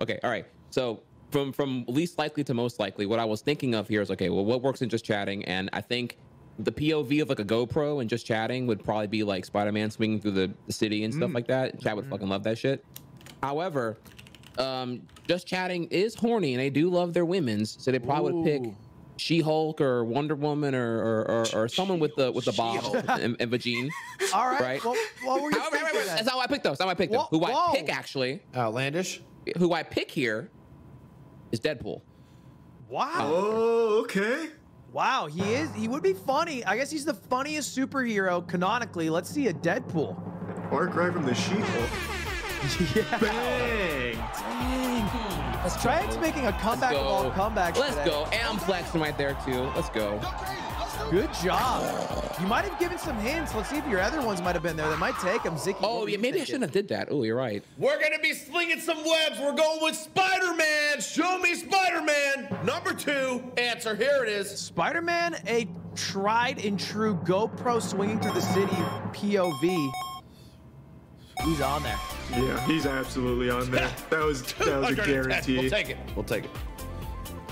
S4: Okay. All right. So from from least likely to most likely, what I was thinking of here is okay. Well, what works in just chatting? And I think the POV of like a GoPro and just chatting would probably be like Spider-Man swinging through the, the city and
S1: Mm.
S4: stuff like that. Chad would fucking love that shit. However, um, just chatting is horny, and they do love their women's, so they probably would pick
S1: Ooh.
S4: She-Hulk or Wonder Woman or or, or, or someone with the with the bob
S5: She-Hulk.
S4: and, and vagine.
S1: All right.
S4: Right.
S1: Well, what were you
S4: However, wait,
S1: thinking
S4: wait, wait,
S1: then?
S4: that's how I picked those. That's how I picked them.
S1: Whoa,
S4: Who I
S1: whoa.
S4: pick actually,
S6: Outlandish.
S4: who I pick here, is Deadpool.
S1: Wow.
S2: Oh, okay.
S1: Wow. He is. He would be funny. I guess he's the funniest superhero canonically. Let's see a Deadpool.
S2: Far Cry from the She-Hulk.
S1: yeah.
S2: Bang!
S1: Let's try it's making a comeback of all comebacks.
S4: Let's
S1: today.
S4: go. And I'm flexing right there too. Let's go.
S1: Good job. You might have given some hints. Let's see if your other ones might have been there. That might take them. Zicky.
S4: Oh yeah, maybe I shouldn't have did that. Oh, you're right.
S6: We're gonna be slinging some webs. We're going with Spider-Man. Show me Spider-Man. Number two answer. Here it is.
S1: Spider Man, a tried and true GoPro swinging through the city POV. He's on there.
S2: Yeah, he's absolutely on there. That was that was a
S6: 210. We'll
S2: guarantee.
S6: take it. We'll take it.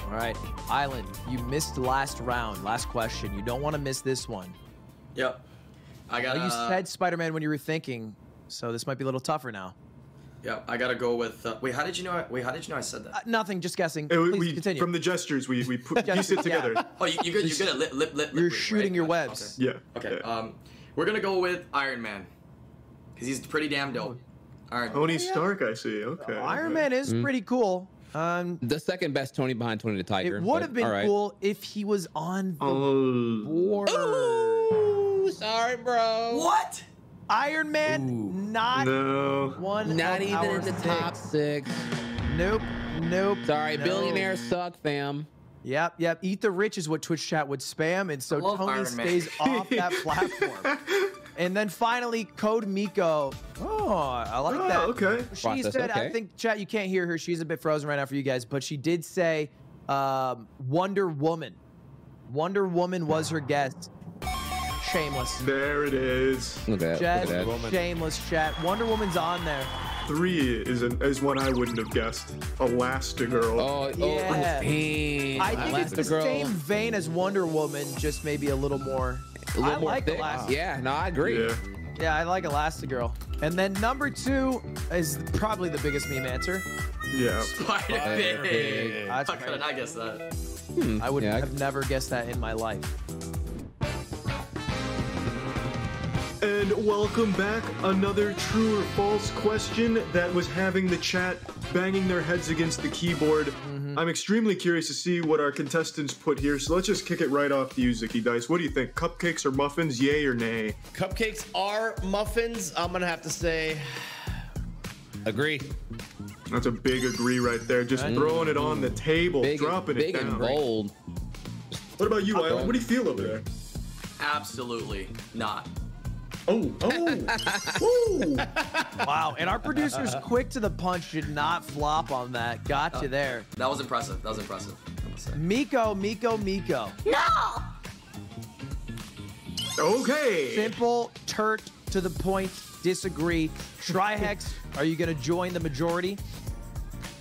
S1: All right. Island, you missed last round. Last question. You don't want to miss this one.
S5: Yep. I got.
S1: Well, you
S5: uh,
S1: said Spider Man when you were thinking, so this might be a little tougher now.
S5: Yep. I gotta go with. Uh, wait, how did you know? I, wait, how did you know I said that?
S1: Uh, nothing, just guessing.
S2: And we-
S1: Please
S2: we-
S1: continue.
S2: from the gestures, we we put, pieced it
S1: Yeah.
S2: together.
S5: Oh, you, you're good. You're good at lip, lip, lip. lip
S1: You're
S5: read,
S1: shooting
S5: right?
S1: your
S5: Gotcha,
S1: webs.
S2: Yeah.
S5: Okay. Okay.
S2: yeah.
S5: Um, we're gonna go with Iron Man, cause he's pretty damn dope.
S1: Oh.
S5: Iron. Man.
S2: Tony Stark, I see. Okay.
S1: Iron
S2: okay.
S1: Man is pretty cool. Um,
S4: The second best Tony behind Tony the Tiger.
S1: It would
S4: but
S1: have been
S4: all right.
S1: cool if he was on the
S2: Oh.
S1: board.
S4: Ooh, sorry, bro.
S5: What?
S1: Iron Man, not
S2: No.
S1: one.
S4: Not
S1: of
S4: even
S1: our
S4: in the
S1: six.
S4: top six.
S1: Nope. Nope.
S4: Sorry,
S1: no.
S4: billionaires suck, fam.
S1: Yep. Yep. Eat the rich is what Twitch chat would spam, and so
S5: I love
S1: Tony
S5: Iron Man.
S1: stays off that platform. And then finally, Code Miko. Oh, I like that.
S2: Oh, okay.
S1: She
S4: Process,
S1: said, I
S4: okay.
S1: think, chat, you can't hear her. She's a bit frozen right now for you guys, but she did say um, Wonder Woman. Wonder Woman was her guest. Shameless.
S2: There it is.
S4: Look at that.
S1: Chat,
S4: Look at that.
S6: Woman.
S1: shameless chat. Wonder Woman's on there.
S2: Three is an, is one I wouldn't have guessed. Elastigirl.
S4: Oh,
S1: Yeah.
S4: oh, damn.
S1: I think it's the
S4: Elastigirl.
S1: same vein as Wonder Woman, just maybe a little more.
S4: A little
S1: I
S4: more
S1: like
S4: thick.
S1: Elastigirl.
S4: Yeah, no, I agree.
S2: Yeah.
S1: Yeah, I like Elastigirl. And then number two is probably the biggest meme answer.
S2: Yeah.
S5: Spider Pig.
S4: Big.
S1: I,
S5: How could I not guess that?
S1: I would
S4: Hmm. Yeah, I-
S1: have never guessed that in my life.
S2: And welcome back. Another true or false question that was having the chat banging their heads against the keyboard.
S4: Mm-hmm.
S2: I'm extremely curious to see what our contestants put here, so let's just kick it right off to you, Zicky Dice. What do you think? Cupcakes or muffins, yay or nay?
S6: Cupcakes are muffins. I'm gonna have to say, agree.
S2: That's a big agree right there. Just throwing it on the table,
S4: Big, and,
S2: dropping it
S4: big
S2: down.
S4: and bold.
S2: What about you, Island? What do you feel over there?
S5: Absolutely not.
S2: Oh, oh, Woo!
S1: Wow, and our producer's quick to the punch did not flop on that. Got
S4: Oh.
S1: you there.
S5: That was impressive. That was impressive. I must say.
S1: Miko, Miko, Miko.
S3: No!
S2: Okay.
S1: Simple, turt, to the point, disagree. Trihex, are you going to join the majority?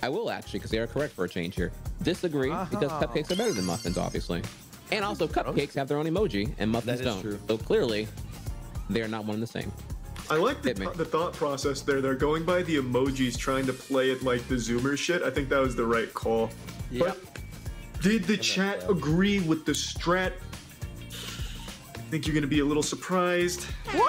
S4: I will actually, because they are correct for a change here. Disagree because
S1: Oh.
S4: cupcakes are better than muffins, obviously. And also, cupcakes have their own emoji, and muffins
S6: That is
S4: don't.
S6: true.
S4: So clearly, they are not one and the same.
S2: I like the,
S4: Hit me.
S2: the thought process there. They're going by the emojis, trying to play it like the Zoomer shit. I think that was the right call. But did the chat agree with the strat? I think you're going to be a little surprised.
S6: Wow.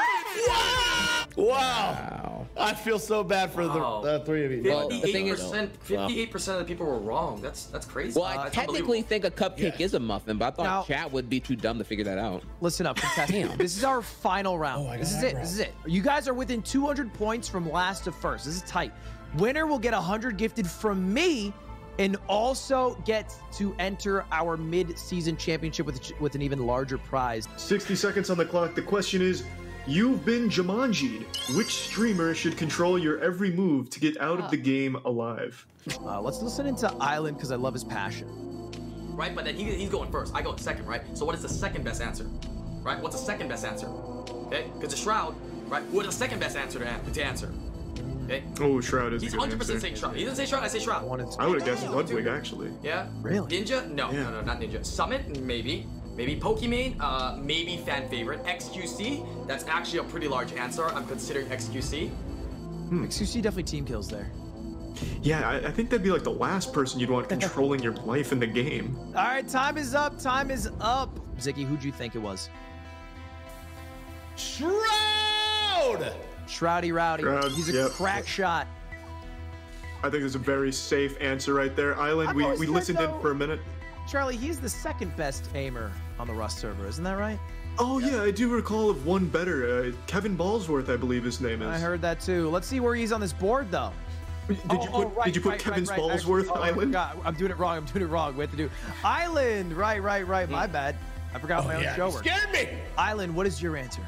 S4: Wow.
S6: I feel so bad for
S5: Wow.
S6: the, the three of you.
S4: Well, the thing is-
S5: 58%, 58% of the people were wrong. That's that's crazy.
S4: Well, I
S5: That's
S4: technically
S5: Uh, unbelievable.
S4: think a cupcake is a muffin, but I thought
S1: Now-
S4: chat would be too dumb to figure that out.
S1: Listen up, contestants.
S4: Damn.
S1: This is our final round.
S2: Oh
S6: I got
S1: this is
S6: an
S1: it.
S6: eyebrow.
S1: This is it. You guys are within 200 points from last to first. This is tight. Winner will get 100 gifted from me and also gets to enter our mid-season championship with, a ch- with an even larger prize.
S2: 60 seconds on the clock. The question is You've been Jumanji'd. Which streamer should control your every move to get out of
S5: Uh.
S2: the game alive?
S1: Uh, let's listen into Island because I love his passion.
S5: right? But then he, he's going first. I go second, right? So what is the second best answer, right? What's the second best answer? Okay, because the shroud, right? What's the second best answer to, an- to answer? Okay,
S2: Oh, Shroud is
S5: he's
S2: a good
S5: 100 percent
S2: answer.
S5: saying shroud. He doesn't say shroud. I say
S1: I
S5: shroud.
S1: wanted to-
S2: I would have guessed Ludwig, actually.
S5: Yeah.
S1: Really?
S5: Ninja? No,
S2: Yeah.
S5: no, no, not ninja. Summit? Maybe. Maybe Pokimane, uh, maybe fan favorite. XQC, that's actually a pretty large answer. I'm considering XQC.
S1: XQC definitely team kills there.
S2: Yeah, I, I think that'd be like the last person you'd want controlling your life in the game.
S1: All right, time is up. Time is up. Zicky, who'd you think it was?
S6: Shroud.
S1: Shroudy Rowdy.
S2: Shroud,
S1: He's a
S2: yep.
S1: crack shot.
S2: I think there's a very safe answer right there. Island,
S1: I've
S2: we,
S1: always
S2: we
S1: said,
S2: listened
S1: though-
S2: in for a minute.
S1: Charlie, he's the second best aimer on the Rust server, isn't that right?
S2: Oh, yeah, I do recall of one better. Uh, Kevin Ballsworth, I believe his name is.
S1: I heard that too. Let's see where he's on this board, though.
S2: Did
S1: Oh,
S2: you
S1: oh,
S2: put,
S1: right,
S2: did you put
S1: right,
S2: Kevin
S1: right, right. Actually,
S2: Ballsworth
S1: oh, I
S2: Island?
S1: forgot. I'm doing it wrong. I'm doing it wrong. We have to do Island. Right, right, right.
S5: Hmm.
S1: My bad. I forgot
S2: Oh,
S1: my own
S6: Yeah,
S1: show
S6: you
S1: work.
S6: scared me.
S1: Island, what is your answer?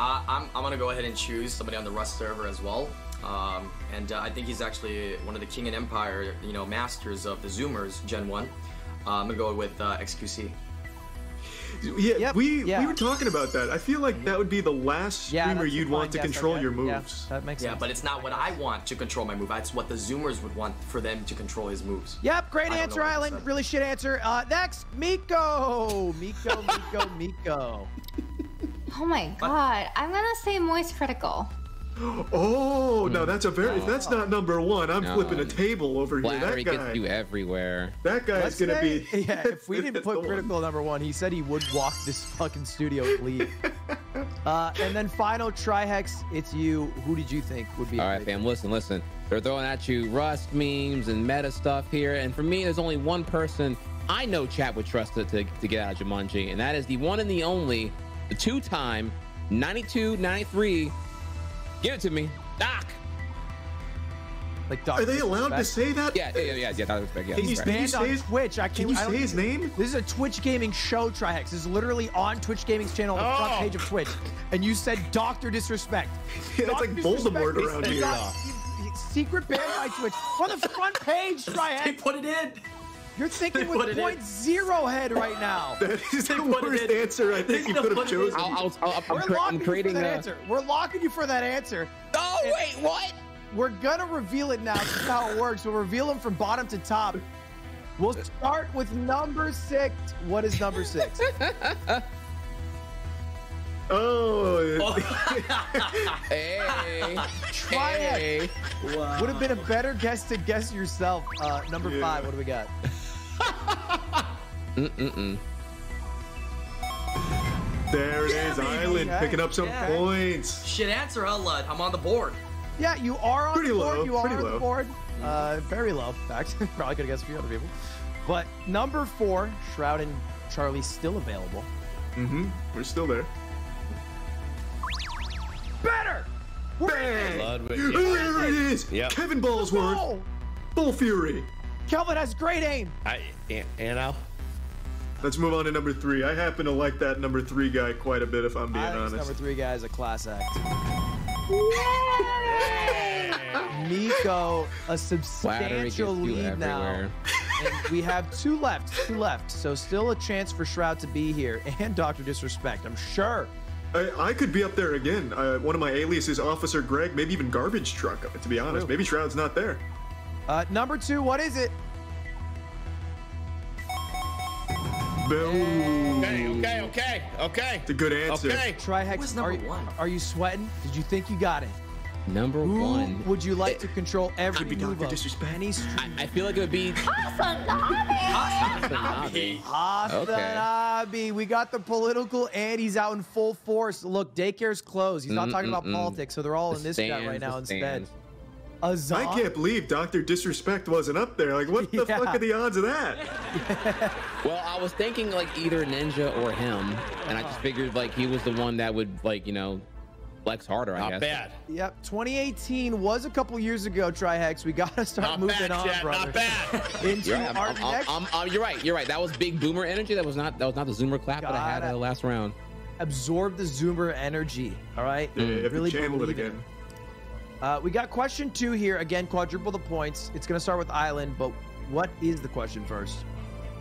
S5: Uh, I'm, I'm gonna go ahead and choose somebody on the Rust server as well. Um, and uh, I think he's actually one of the King and Empire, you know, masters of the Zoomers Gen One. Uh, I'm gonna go with uh, XQC.
S2: Yeah,
S1: Yep,
S2: we
S1: yeah.
S2: we were talking about that. I feel like that would be the last
S1: Yeah,
S2: streamer
S1: that's a
S2: you'd want
S1: fine
S2: to
S1: guess,
S2: control
S1: okay.
S2: your
S1: Yeah,
S2: moves.
S1: that makes
S5: Yeah,
S1: sense.
S5: but it's not what I want to control my move. It's what the Zoomers would want for them to control his moves.
S1: Yep, great
S5: I don't know
S1: answer,
S5: what I
S1: Island.
S5: said.
S1: Really shit answer. Uh, next, Miko. Miko, Miko, Miko.
S3: Oh my god. I'm gonna say moist critical.
S2: Oh,
S1: Hmm.
S2: no, that's a very. If that's
S1: Oh.
S2: not number one, I'm
S4: No.
S2: flipping a table over here.
S4: Flattery
S2: That
S4: gets you
S2: guy.
S4: everywhere.
S2: That guy's gonna
S1: say-
S2: be.
S1: yeah, if we didn't
S2: that's the
S1: put
S2: one.
S1: critical number one, he said he would walk this fucking studio and leave. uh, and then final trihex, it's you. Who did you think would be?
S4: All right, fam, listen, listen. They're throwing at you Rust memes and meta stuff here. And for me, there's only one person I know chat would trust to, to, to get out of Jumanji, and that is the one and the only the two time 92 93. Give it to me. Doc.
S1: Like
S2: Are they allowed to say that?
S4: Yeah, yeah, yeah, yeah. Dr. Disrespect, yeah.
S2: Can you
S4: right.
S2: Can you
S1: banned
S2: say
S1: on
S2: his-
S1: Twitch. I can't.
S2: Can you
S1: I don't-
S2: say his name?
S1: This is a Twitch gaming show, Trihex. This is literally on Twitch Gaming's channel on the front
S6: Oh.
S1: page of Twitch. And you said Doctor Disrespect.
S2: Yeah, it's
S1: Dr.
S2: like
S1: Disrespect
S2: Voldemort
S1: is
S2: around
S1: a
S2: here.
S1: doc- Secret ban by Twitch on the front page,
S5: They
S1: Trihex.
S5: put it in.
S1: You're thinking
S5: put
S1: with
S5: it in.
S1: point zero head right now.
S2: That is the
S5: put it
S2: worst
S5: in.
S2: answer I think
S5: They
S2: you
S5: still
S2: could have
S5: put it in.
S2: chosen.
S4: I'll, I'll, I'll, I'm,
S1: We're
S4: cre- I'm
S1: locking you for
S4: creating
S1: that
S4: a.
S1: answer. We're locking you for that answer.
S4: Oh, wait, what?
S1: We're gonna reveal it now. This is how it works. We'll reveal them from bottom to top. We'll start with number six. What is number six?
S2: Oh,
S4: Hey.
S1: Try it.
S4: hey.
S1: Would have been a better guess to guess yourself. Uh, number
S2: Yeah.
S1: five. What do we got?
S4: Mm-mm-mm.
S2: there it is. Island
S1: okay.
S2: picking up some
S1: Yeah.
S2: points.
S5: Shit answer, huh, Lud? I'm on the board.
S1: Yeah, you are on
S2: Pretty
S1: the board.
S2: low,
S1: You are
S2: pretty
S1: on the
S2: low.
S1: board. Uh, very low. In fact, probably could have guessed a few other people. But number four, Shroud and Charlie still available.
S2: Mm-hmm. We're still there.
S1: Better. Bang.
S6: Ludwig.
S2: There it is.
S6: Yep.
S2: Kevin Ballsworth.
S1: Oh,
S2: Bull Fury.
S1: Kelvin has great aim.
S6: I, and, and I'll.
S2: Let's move on to number three. I happen to like that number three guy quite a bit, if I'm being
S1: I think this
S2: honest.
S1: number three guy is a class act. Nico, a
S4: Flattery gets
S1: substantial
S4: you
S1: lead now.
S4: everywhere.
S1: And we have two left, two left. So still a chance for Shroud to be here and Doctor Disrespect. I'm sure.
S2: I, I could be up there again. Uh, one of my aliases, Officer Greg, maybe even Garbage Truck, to be honest. Maybe Shroud's not there.
S1: Uh, number two, what is it?
S2: Boom.
S6: Okay, okay, okay, okay.
S2: It's a good answer.
S6: Okay.
S1: Trihex,
S5: was
S1: are
S5: number
S1: you,
S5: one?
S1: are you sweating? Did you think you got it?
S4: Number
S1: Who
S4: one.
S1: would you like to control every
S2: be
S1: move
S2: Dr.
S1: of?
S2: Disrespect.
S1: Any str-
S4: I, I feel like it would be.
S3: Awesome, Dobby!
S4: Watanabe.
S1: Watanabe. We got the political and he's out in full force. Look, daycare's closed. He's not talking about
S4: Mm-mm-mm.
S1: politics, so they're all
S4: The
S1: in this
S4: stands,
S1: guy right now
S4: the
S1: instead.
S4: stands.
S1: Azan.
S2: I can't believe Dr. Disrespect wasn't up there. Like, what the
S1: Yeah.
S2: fuck are the odds of that?
S4: Well, I was thinking like either Ninja or him, and I just figured like he was the one that would like you know flex harder. I
S6: Not
S4: guess.
S6: bad.
S1: Yep, 2018 was a couple years ago. Trihex, we gotta start
S6: Not
S1: moving
S6: bad,
S1: on,
S6: Chad.
S1: brother.
S6: Not bad.
S1: Into
S4: You're right. I'm-
S1: our
S4: I'm-
S1: next
S4: I'm- I'm- you're right. You're right. That was big boomer energy. That was not. That was not the zoomer clap that I had
S1: Gotta-
S4: uh, last round.
S1: absorb the Zoomer energy. All right,
S2: Yeah, if
S1: really
S2: you channel it
S1: believe in
S2: again.
S1: Uh, we got question two here again. Quadruple the points. It's gonna start with Island, but what is the question first?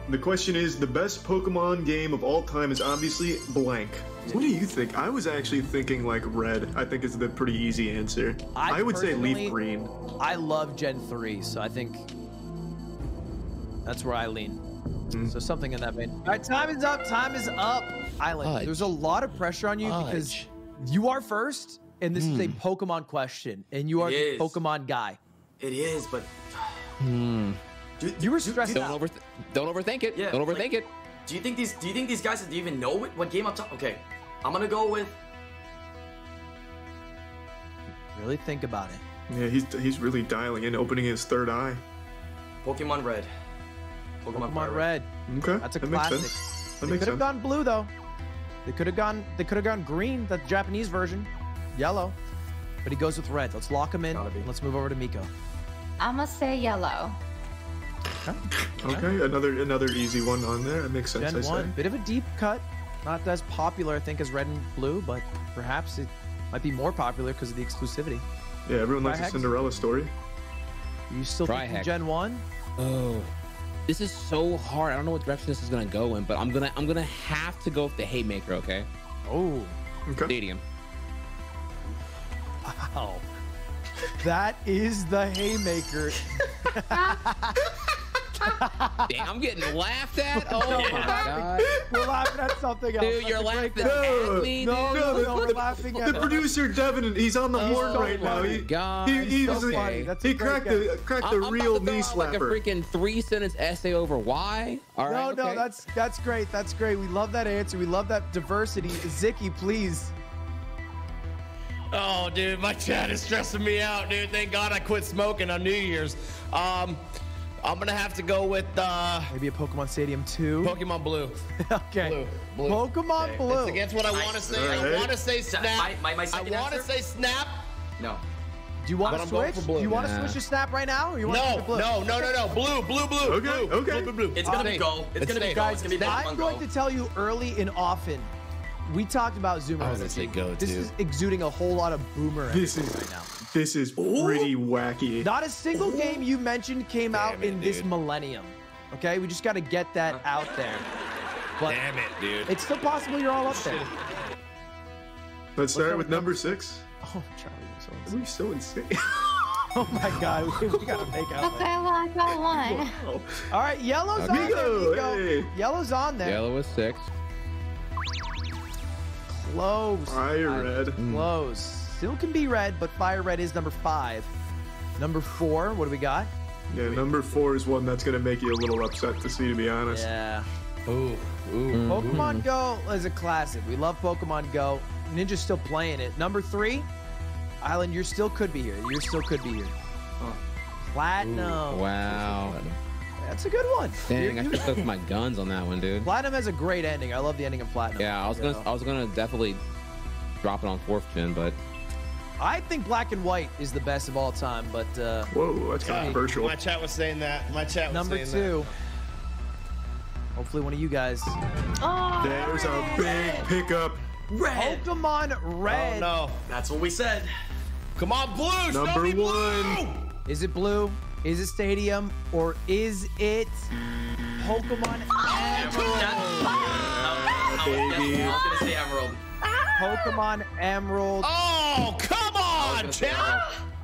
S2: The question is the best Pokemon game of all time is obviously blank. What do you think? I was actually thinking like red. I think is the pretty easy answer.
S1: I
S2: I, would say
S1: personally-
S2: leaf green.
S1: I love Gen three, so I think that's where I lean.
S2: Mm.
S1: So something in that vein. All right, time is up. Time is up. Island,
S4: Fudge.
S1: there's a lot of pressure on you because you are first, and this
S2: Mm.
S1: is a Pokemon question, and you are the
S5: It is.
S1: Pokemon guy.
S5: It is, but
S1: You were stressed
S4: Don't
S1: out.
S4: over. Don't overthink it.
S5: Yeah,
S4: don't
S5: like-
S4: overthink it.
S5: do you think these do you think these guys even know what, what game I'm talking? Okay, I'm gonna go with
S1: really think about it.
S2: Yeah, he's he's really dialing in, opening his third eye.
S5: Pokemon Red. Pokemon,
S1: Pokemon
S5: Pirate.
S1: Red.
S2: Okay,
S1: That's a
S2: that
S1: classic.
S2: makes sense. That
S1: They
S2: makes
S1: could have
S2: sense.
S1: gone blue though. They could have gone. They could have gone green. The Japanese version, yellow. But he goes with red. Let's lock him in.
S5: Gotta be.
S1: and Let's move over to Miko.
S3: I'm gonna say yellow.
S2: Okay, another another easy one on there. That makes sense.
S1: Gen
S2: I say.
S1: one, bit of a deep cut. Not as popular, I think, as red and blue, but perhaps it might be more popular because of the exclusivity.
S2: Yeah, everyone likes a
S1: Trihex?
S2: Cinderella story.
S1: Are you still
S4: Try
S1: thinking
S4: hack.
S1: Gen one?
S4: Oh, this is so hard. I don't know what direction this is gonna go in, but I'm gonna. I'm gonna have to go with the haymaker. Okay.
S1: Oh,
S2: Okay.
S4: Stadium.
S1: wow. That is the haymaker.
S4: Damn, I'm getting laughed at. Oh my god.
S1: We're laughing at something else.
S4: Dude, you're
S1: That's a great
S4: laughing
S1: guess.
S4: at me,
S1: No,
S4: dude.
S1: no, no,
S2: the-
S1: we're laughing at
S2: The producer Devin, he's on the
S4: Oh
S2: horn right now.
S4: my
S2: He,
S4: God,
S2: he, he,
S4: so
S2: was- he
S4: funny.
S1: That's a great
S2: cracked
S1: guess.
S2: the cracked
S4: I'm-
S2: the
S4: I'm
S2: real
S4: about to
S2: knee
S4: throw out, like a
S2: slapper.
S4: freaking three sentence essay over why.
S1: No,
S4: All right.
S1: no,
S4: okay.
S1: that's that's great. That's great. We love that answer. We love that diversity. Zicky, please.
S6: Oh, dude, my chat is stressing me out, dude. Thank God I quit smoking on New Year's. Um, I'm gonna have to go with uh,
S1: Maybe a Pokemon Stadium 2.
S6: Pokemon Blue.
S1: okay.
S6: Blue.
S1: Pokemon Blue.
S6: It's against what I want to say. I
S2: Alright.
S6: want to say
S5: Is that
S6: snap.
S5: my- my- my
S6: I
S5: second
S6: want to
S5: answer?
S6: say snap.
S5: No.
S1: Do you want
S6: But
S1: to
S6: I'm going
S1: switch?
S6: for blue.
S1: Do you want to
S4: Nah.
S1: switch to snap right now? Or you want to
S6: No,
S1: blue?
S6: no, no, no, no. Blue, blue, blue.
S2: Okay,
S6: blue,
S2: okay.
S6: Blue, blue, blue.
S5: It's gonna be
S6: Safe.
S5: go. It's gonna be
S6: safe.
S5: go. It's gonna be
S6: Safe.
S5: Pokemon
S1: I'm
S5: Go.
S1: going to tell you early and often. We talked about Zoomer.
S6: I was gonna say go,
S1: This
S6: too.
S1: is exuding a whole lot of boomer.
S2: This is this is pretty wacky.
S1: Not a single game you mentioned came out
S6: it,
S1: in this
S6: dude.
S1: millennium. Okay, we just got to get that out there. But
S6: Damn it, dude.
S1: it's still possible you're all up there.
S2: Let's start with number six.
S1: Oh, Charlie, I'm so excited.
S2: We're so insane.
S1: oh my God, we, we got to make out.
S3: Okay, well, I got one.
S2: Wow.
S1: All right, yellow's on there.
S2: Amigo,
S1: Nico.
S2: hey.
S1: Yellow's on there.
S4: Yellow is six.
S1: Close.
S2: Fire
S1: I-
S2: red.
S1: Close. Still can be red, but fire red is number five. Number four, what do we got?
S2: Yeah, number four is one that's gonna make you a little upset to see, to be honest.
S1: Yeah.
S6: Ooh, ooh.
S4: Mm-hmm.
S1: Pokemon Go is a classic. We love Pokemon Go. Ninja's still playing it. Number three, Island, you still could be here. You still could be here. Platinum.
S4: Wow.
S1: That's a good one.
S4: Dang,
S1: You- you-
S4: I should have stuck to my guns on that one, dude.
S1: Platinum has a great ending. I love the ending of Platinum.
S4: Yeah, I was gonna, I was gonna definitely drop it on fourth gen, but
S1: I think Black and White is the best of all time, but uh,
S2: Whoa, that's controversial.
S6: My chat was saying that. My chat was
S1: number
S6: saying
S1: two. Hopefully, one of you guys.
S3: Oh,
S2: There's a big pickup.
S5: Red.
S1: Pokemon
S6: that.
S1: Red.
S6: Oh no.
S5: That's what we said.
S6: Come on, blue. show
S2: Number
S6: me blue.
S2: one.
S1: Is it blue? Is it stadium? Or is it Pokemon
S5: That- I was-
S2: baby.
S5: oh, I was gonna say Emerald.
S1: Pokemon Emerald?
S6: Oh, come
S5: I
S6: on,
S5: was gonna say
S6: chat.
S5: Emerald.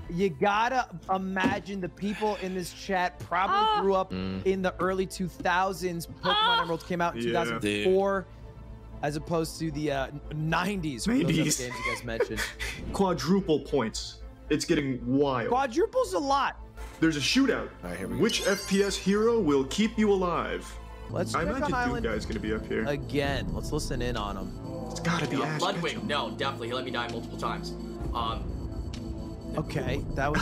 S1: You gotta imagine the people in this chat probably
S3: Ah.
S1: grew up in the early 2000s. Pokemon
S3: Ah.
S1: Emerald came out in
S2: Yeah.
S1: 2004, as opposed to the uh, 90s. which those other
S2: 90s.
S1: games you guys mentioned.
S2: Quadruple points. It's getting wild.
S1: Quadruples a lot.
S2: There's a shootout.
S6: right, here we go.
S2: Which FPS hero will keep you alive?
S1: Let's
S2: I
S1: check on
S2: imagine Doom
S1: Island
S2: Guy's gonna be up here.
S1: again. Let's listen in on him.
S2: It's gotta be Ash
S5: Ludwig.
S2: Ketchum.
S5: No, definitely. He let me die multiple times. Um,
S1: Okay, that was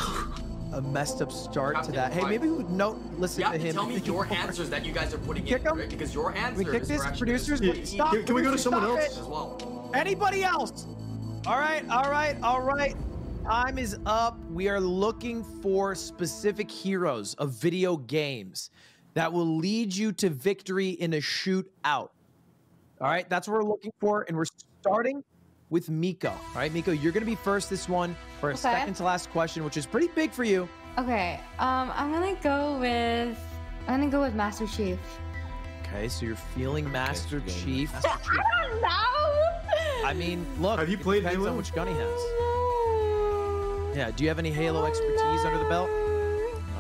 S1: a messed up start to
S5: Captain
S1: that. Hey,
S5: Mike.
S1: maybe we would note listen
S5: you have
S1: to
S5: to
S1: him.
S5: tell me your answers that you guys are putting
S1: Kick
S5: in,
S1: 'em?
S5: right? Because your
S1: We
S5: answers
S1: kick this,
S5: are actually
S1: producers.
S5: gonna
S1: we-
S5: be
S1: Stop.
S2: Can- can we go to
S1: producers,
S2: someone
S1: stop
S2: else?
S5: as
S1: it.
S5: well.
S1: Anybody else? All right, all right, all right. Time is up. We are looking for specific heroes of video games that will lead you to victory in a shootout. All right, that's what we're looking for, and we're starting with Miko. All right, Miko, you're going to be first this one for a
S3: Okay.
S1: second to last question, which is pretty big for you.
S3: Okay, um, I'm gonna go with I'm gonna go with Master Chief.
S1: Okay, so you're feeling Master
S4: you're going
S1: Chief.
S3: I don't know.
S1: I mean, look.
S2: Have you
S1: it
S2: played
S1: depends
S2: Halo?
S1: on which gun he has. Yeah. Do you have any Halo expertise under the belt?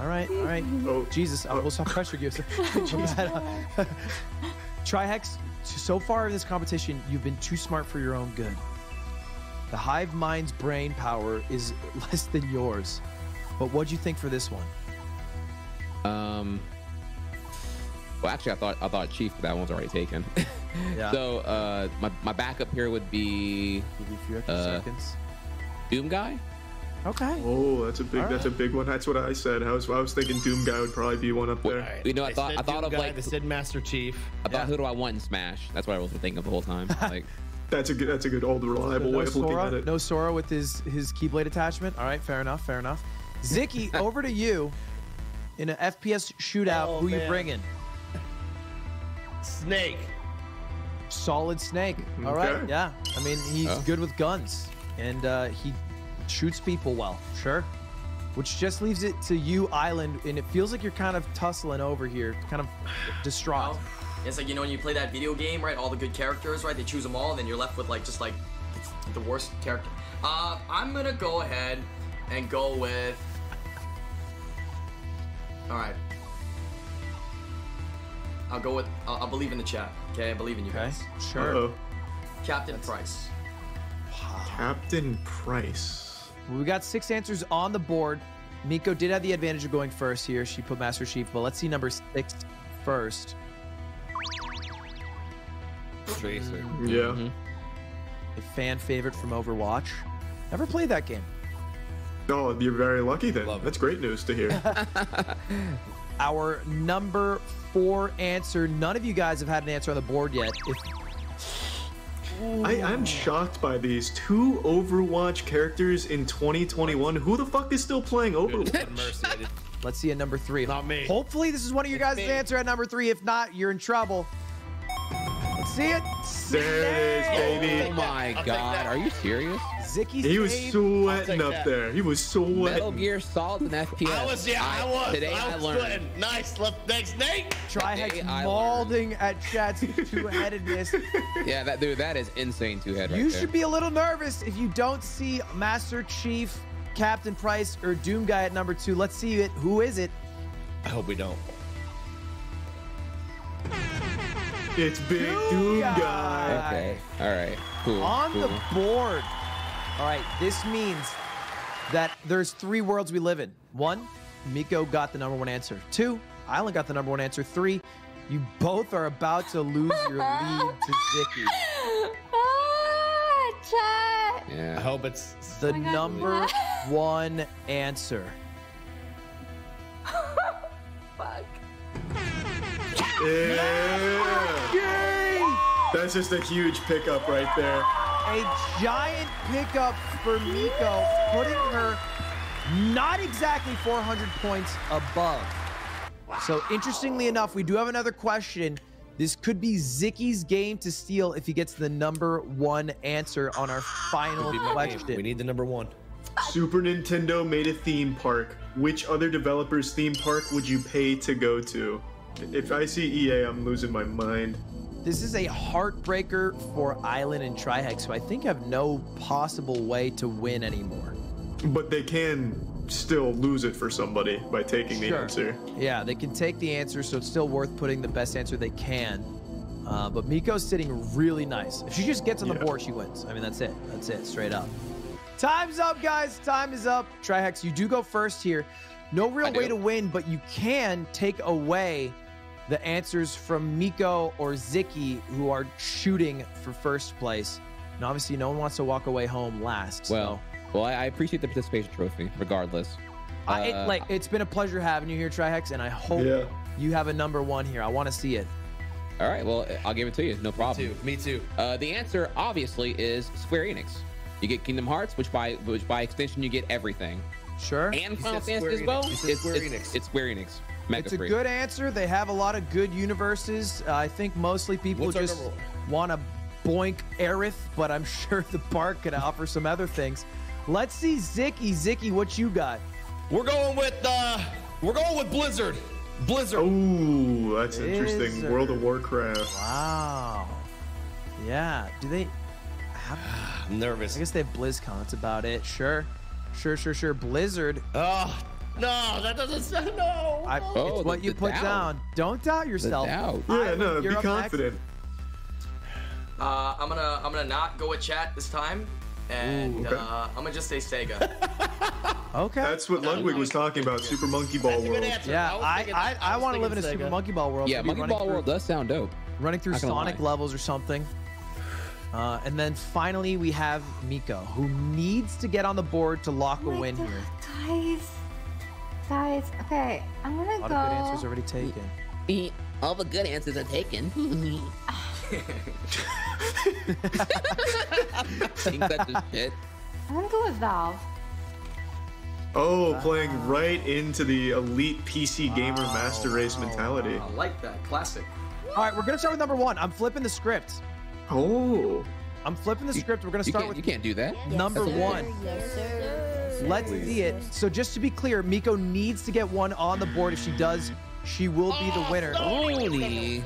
S1: All right. All right.
S2: Oh,
S1: Jesus, I almost saw pressure gives. uh, Trihex, so far in this competition, you've been too smart for your own good. The hive mind's brain power is less than yours. But what'd you think for this one?
S4: um, well, actually, I thought I thought Chief, but that one's already taken.
S1: Yeah.
S4: so uh, my my backup here would be
S1: Give you a few extra
S4: uh,
S1: seconds.
S4: Doom Guy.
S1: Okay.
S2: oh, that's a big.
S1: All
S2: That's a big one. That's what I said. I was, I was thinking Doom Guy would probably be one up there.
S4: You know, I
S6: They
S4: thought
S6: said
S4: I thought
S6: Doom
S4: of
S6: guy,
S4: like
S6: They said Master Chief.
S4: I thought
S1: Yeah.
S4: who do I want in Smash? That's what I was thinking of the whole time. Like,
S2: That's a good. That's a good old reliable
S1: no
S2: way of looking
S1: Sora,
S2: at it.
S1: no Sora with his his keyblade attachment. All right, fair enough, fair enough. Ziki, over to you. In an FPS shootout,
S6: Oh,
S1: who you
S6: man.
S1: bringing?
S6: Snake.
S1: Solid Snake. All right,
S2: Okay.
S1: yeah. I mean, he's
S4: Oh.
S1: good with guns, and uh, he shoots people well. Sure. Which just leaves it to you, Island, and it feels like you're kind of tussling over here, kind of distraught.
S5: Well, It's like you know when you play that video game, right? All the good characters, right? They choose them all, and then you're left with like just like the worst character. Uh, I'm gonna go ahead and go with. All right. I'll go with. I'll, I'll believe in the chat. Okay, I believe in you
S1: Okay,
S5: guys.
S1: sure.
S2: Uh-oh.
S5: Captain Price.
S2: Captain Price.
S1: We got six answers on the board. Miko did have the advantage of going first here. She put Master Chief, but let's see number six first.
S4: Tracer.
S6: Mm-hmm.
S2: Yeah.
S1: A fan favorite from Overwatch. Never played that game.
S2: Oh, you're very lucky then.
S6: Love it.
S2: That's great news to hear.
S1: our number four answer. None of you guys have had an answer on the board yet. If
S2: I, I'm shocked by these two Overwatch characters in 2021. Who the fuck is still playing Overwatch?
S1: Let's see a number three.
S6: Not me.
S1: Hopefully, this is one of your guys' answer at number three. If not, you're in trouble. Let's see it.
S2: There it is,
S4: Oh my god, are you serious?
S1: Zicky
S2: baby. He was
S1: saved.
S2: sweating
S6: I'll take
S2: up
S6: that.
S2: there. He was
S4: Metal
S2: sweating.
S4: Gear Solid and FPS.
S6: I was, yeah, I was.
S4: Today
S6: I,
S4: I
S6: was
S4: learned.
S6: sweating. Nice left, thanks, Nate.
S1: Trihex
S4: Hey, I
S1: mauling at Chad's two-headedness.
S4: Yeah, that dude, that is insane two head right
S1: you
S4: there.
S1: should be a little nervous if you don't see Master Chief, Captain Price, or Doom Guy at number two. Let's see it. Who is it?
S6: I hope we don't.
S2: It's Big
S1: Doom
S2: Doom
S1: Guy.
S2: Guy.
S4: okay. All right. Cool.
S1: on
S4: cool.
S1: the board. All right, this means that there's three worlds we live in. One, Miko got the number one answer. Two, Island got the number one answer. Three, you both are about to lose your lead to Zicky.
S3: Oh Ah, Chad.
S6: I
S4: Yeah.
S6: hope it's.
S1: The
S3: my God,
S1: number
S3: what?
S1: one answer.
S3: Fuck.
S2: Yeah. That's just a huge pickup right there.
S1: A giant pickup for Miko, putting her not exactly 400 points above. So, interestingly enough, we do have another question. This could be Zicky's game to steal if he gets the number one answer on our final question.
S6: We need the number one.
S2: Super Nintendo made a theme park. Which other developer's theme park would you pay to go to? If I see EA, I'm losing my mind.
S1: This is a heartbreaker for Island and Trihex, so I think have no possible way to win anymore.
S2: But they can still lose it for somebody by taking the
S1: Sure.
S2: answer.
S1: Yeah, they can take the answer, so it's still worth putting the best answer they can. Uh, but Miko's sitting really nice. If she just gets on the
S2: Yeah.
S1: board, she wins. I mean, that's it. That's it, straight up. Time's up, guys. Time is up. Trihex, you do go first here. No real
S4: I
S1: way
S4: do.
S1: to win, but you can take away the answers from Miko or Ziki, who are shooting for first place. And obviously, no one wants to walk away home last.
S4: Well, well, I, I appreciate the participation trophy, regardless.
S1: so. I, it,
S4: uh,
S1: like, it's been a pleasure having you here, Trihex, and I hope
S2: Yeah.
S1: you have a number one here. I want to see it.
S4: All right. Well, I'll give it to you. No problem.
S6: Two. Me too.
S4: Uh, the answer obviously is Square Enix. You get Kingdom Hearts, which by which by extension you get everything,
S1: Sure.
S4: and Final
S6: said
S4: Fantasy as
S6: Square
S4: well.
S6: Enix. You said Square
S4: it's,
S6: Enix.
S4: it's Square Enix. Mega
S1: it's a
S4: Freak.
S1: good answer. They have a lot of good universes. Uh, I think mostly people
S6: What's our
S1: just
S6: number
S1: want to boink Aerith, but I'm sure the park could offer some other things. Let's see Zicky. Zicky, what you got?
S6: We're going with uh, we're going with Blizzard. Blizzard.
S2: Oh, that's interesting.
S1: Blizzard.
S2: World of Warcraft.
S1: Wow. Yeah. Do they?
S6: I'm nervous.
S1: I guess they have BlizzCon. That's about it. Sure. Sure, sure, sure. Blizzard.
S6: Oh no, that doesn't sound no.
S1: I,
S4: Oh,
S1: it's
S4: the-
S1: what you
S4: the
S1: put
S4: doubt.
S1: down. Don't doubt
S4: The
S1: yourself.
S4: doubt.
S2: Yeah, no,
S1: You're
S2: be
S1: up next.
S2: confident.
S5: Uh, I'm gonna I'm gonna not go with chat this time, and
S2: Ooh, okay.
S5: uh, I'm gonna just say Sega.
S1: Okay.
S2: That's what Ludwig was talking about. Super Monkey Ball
S6: That's a good
S2: World.
S6: answer.
S1: yeah,
S6: was
S1: I
S6: thinking-
S1: I, I,
S6: was
S1: want to live in a
S6: thinking
S1: Super
S6: Sega.
S1: Monkey Ball world.
S4: Yeah,
S1: Maybe
S4: Monkey
S1: running
S4: Ball
S1: through-
S4: World does sound dope.
S1: running through
S4: Not gonna
S1: Sonic
S4: lie.
S1: levels or something. Uh, and then finally, we have Miko, who needs to get on the board to lock a
S3: My
S1: win
S3: God,
S1: here.
S3: Guys. Guys, okay, I'm
S1: A
S3: gonna
S1: lot
S3: go.
S1: of good answers already taken.
S9: All the good answers are taken.
S4: Think that's just shit.
S3: I'm gonna go with Valve.
S2: Oh, playing right into the elite PC gamer master race mentality.
S5: I like that classic.
S1: All right, we're gonna start with number one. I'm flipping the script.
S2: Oh,
S1: I'm flipping the script. We're gonna
S4: You
S1: start
S4: can't, you
S1: with
S4: can't do that.
S1: number
S4: That's
S1: one.
S3: Yes, sir.
S1: Let's see it. So just to be clear, Miko needs to get one on the board. If she does, she will be
S6: Oh,
S1: the winner.
S4: Only.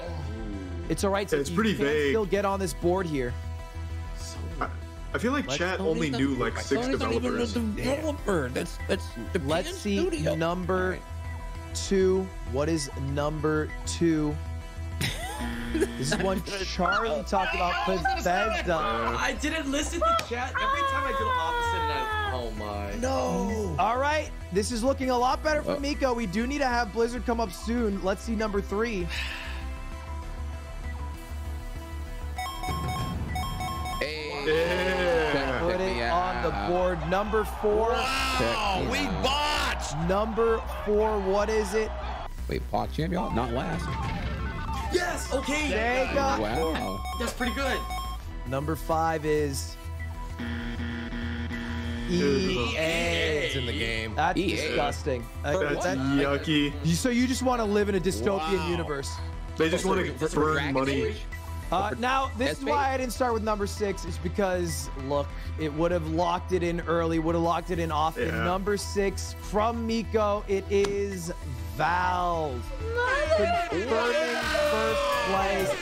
S1: It's all right. So
S2: It's pretty vague.
S1: Still get on this board here.
S2: I, I feel like chat only knew like six developers.
S4: developer. That's that's.
S1: Let's see number two. What is number two? this is one Charlie talked about Bethesda.
S5: I didn't listen to chat every time I did opposite, and I oh my.
S1: All right, this is looking a lot better for
S4: Oh.
S1: Miko. We do need to have Blizzard come up soon. Let's see number three.
S2: Yeah.
S1: Put it on the board. Number four.
S6: Wow, we botched.
S1: Number four. What is it?
S4: Wait, Pac Champion, not last.
S5: Yes. Okay.
S1: There you go.
S4: Wow.
S5: That's pretty good.
S1: Number five is EA.
S6: It's in the game.
S1: That's
S4: EA.
S1: disgusting. Like,
S2: That's
S1: that-
S2: yucky.
S1: you- so you just want to live in a dystopian
S6: Wow.
S1: universe.
S2: They just want
S4: That's
S2: to
S4: for
S2: burn
S4: Dragon
S2: money.
S4: Age.
S1: Uh, now, this
S4: That's
S1: is why I didn't start with number six. Is because look, it would have locked it in early. Would have locked it in often.
S2: Yeah.
S1: Number six from Miko. It is Valve. Confirming first place.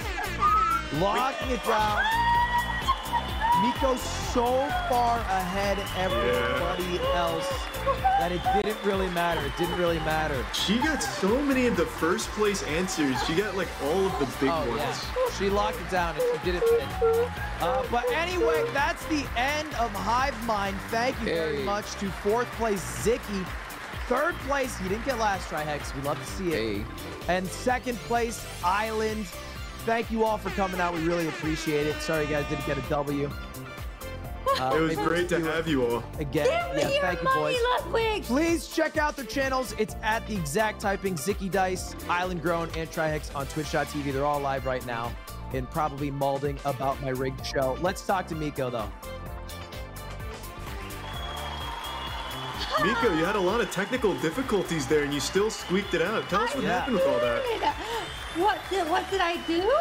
S1: Locking it down. Miko so far ahead of everybody else that it didn't really matter. It didn't really matter.
S2: She got so many of the first place answers. She got like all of the big
S1: Oh,
S2: ones.
S1: yeah. She locked it down and she did it. Then. Uh, but anyway, that's the end of Hive Mind. Thank you very
S4: Hey.
S1: much to fourth place Zicky. Third place, you didn't get last try, Hex. We love to see it.
S4: Hey.
S1: And second place, Island. Thank you all for coming out. We really appreciate it. Sorry, you guys didn't get a W. Uh,
S2: It was
S1: maybe we'll
S2: great to
S1: do it
S2: have you all.
S1: Again,
S3: Give me
S1: yeah,
S3: your
S1: thank you,
S3: money,
S1: boys.
S3: Ludwig.
S1: Please check out their channels. It's at the exact typing Zicky Dice, Island Grown, and Trihex on Twitch.tv. They're all live right now and probably mauling about my rigged show. Let's talk to Miko, though.
S2: Miko, you had a lot of technical difficulties there and you still squeaked it out. Tell us what
S1: Yeah.
S2: happened with all that.
S3: What did, what did I do?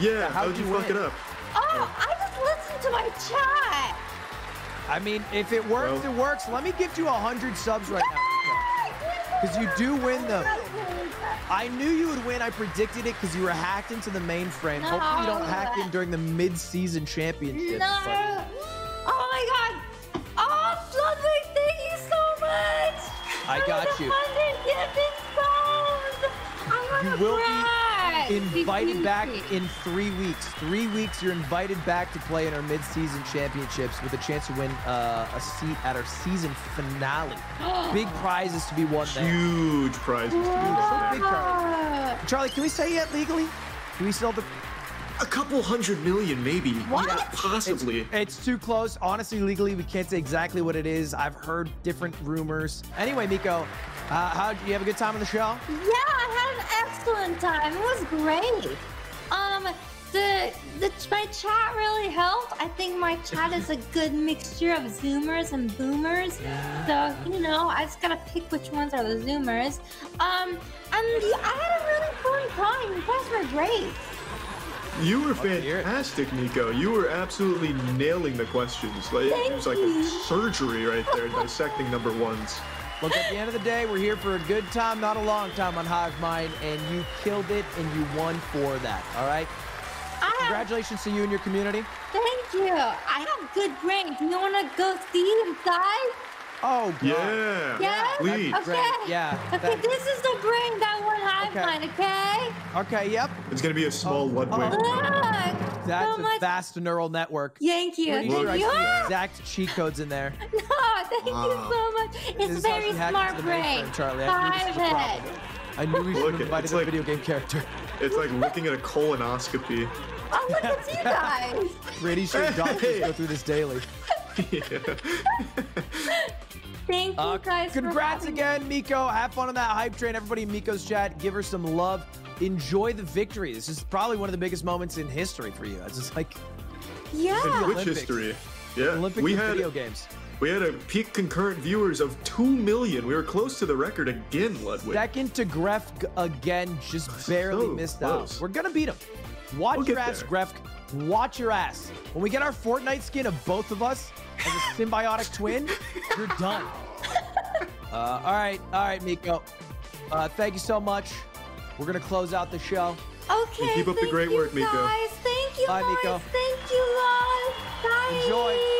S2: Yeah,
S1: how'd
S2: how'd you
S1: you
S2: fuck
S1: win?
S2: it up?
S3: Oh, I just listened to my chat.
S1: I mean, if it works,
S2: Well-
S1: it works. Let me give you 100 subs right now. Because you do win them. I knew you would win. I predicted it because you were hacked into the mainframe. Hopefully, you don't
S3: No.
S1: hack in during the mid-season championships. but-
S3: No. Oh my god. Oh, Ludwig, thank you so much.
S1: I got you.
S3: 100 gifted subs. I'm gonna
S1: You will
S3: cry.
S1: be invited back
S3: Excuse me.
S1: in three weeks. Three weeks, you're invited back to play in our mid-season championships with a chance to win uh, a seat at our season finale. Big prizes to be won there.
S2: Huge prizes to be
S3: Wow.
S2: won.
S1: big
S3: Oh.
S1: crowd. Charlie, can we say yet legally? Can we still have the?
S2: A couple hundred million, maybe.
S3: What?
S2: Yeah, possibly.
S1: It's too close. Honestly, legally, we can't say exactly what it is. I've heard different rumors. Anyway, Miko, uh, how you have a good time on the show?
S3: Yeah, I had an excellent time. It was great. Um, the, the my chat really helped. I think my chat is a good mixture of Zoomers and Boomers. So you know, I just gotta pick which ones are the Zoomers. Um, and the- I had a really fun time. You guys were great.
S2: You were
S1: to hear it.
S2: fantastic, Nico. You were absolutely nailing the questions. Like, it was like a
S3: you.
S2: surgery right there, dissecting number ones.
S1: Look, at the end of the day, we're here for a good time, not a long time on Hive Mind, and you killed it and you won for that. All right?
S3: I have,
S1: Congratulations to you and your community.
S3: thank you. I have good grades. You wanna go see him, guys?
S1: Oh, God.
S2: Yeah.
S3: Yes.
S2: Please.
S3: Okay.
S1: Great, yeah,
S3: Okay.
S1: that-
S3: This is the grade that one hive
S1: Okay.
S3: mind. Okay.
S1: Okay, yep.
S2: It's gonna be a small Ludwig.
S3: Look.
S1: That's
S3: so
S1: a
S3: much.
S1: vast neural network.
S3: Thank you.
S1: Pretty
S3: Thank
S1: sure I see
S3: you.
S1: the exact cheat codes in there.
S3: No, thank you so much.
S1: This
S3: It's
S1: is how she
S3: very
S1: hacked
S3: smart
S1: into the
S3: brain.
S1: mainframe, Charlie. I knew this was a
S3: Private.
S1: problem. I knew we should
S2: Look,
S1: have invited
S2: it's
S1: a
S2: like-
S1: video game character.
S2: It's like looking at a colonoscopy.
S3: Oh, look at you guys.
S1: Pretty sure doctors go through this daily.
S3: Thank you
S1: Uh,
S3: guys. for
S1: congrats
S3: having
S1: again, Miko. Have fun on that hype train. Everybody in Miko's chat, give her some love. Enjoy the victory. This is probably one of the biggest moments in history for you. It's just like
S3: me. Yeah.
S2: Twitch
S1: Olympics.
S2: history. Yeah.
S1: Olympic
S2: we had
S1: video games.
S2: we had a peak concurrent viewers of two million. We were close to the record again, Ludwig.
S1: Second to Grefg again, just barely
S2: So
S1: missed out.
S2: close.
S1: We're gonna beat him. Watch
S2: We'll get
S1: your ass,
S2: there.
S1: Grefg. Watch your ass. When we get our Fortnite skin of both of us as a symbiotic twin, you're done. Uh, all right, all right, Miko. Uh, thank you so much. We're gonna close out the show.
S3: Okay.
S2: keep up the
S3: thank
S2: great
S3: you
S2: work, Miko.
S3: Guys. Thank you
S1: Bye,
S3: guys.
S1: Miko.
S3: Thank you, guys. Bye.
S1: Enjoy.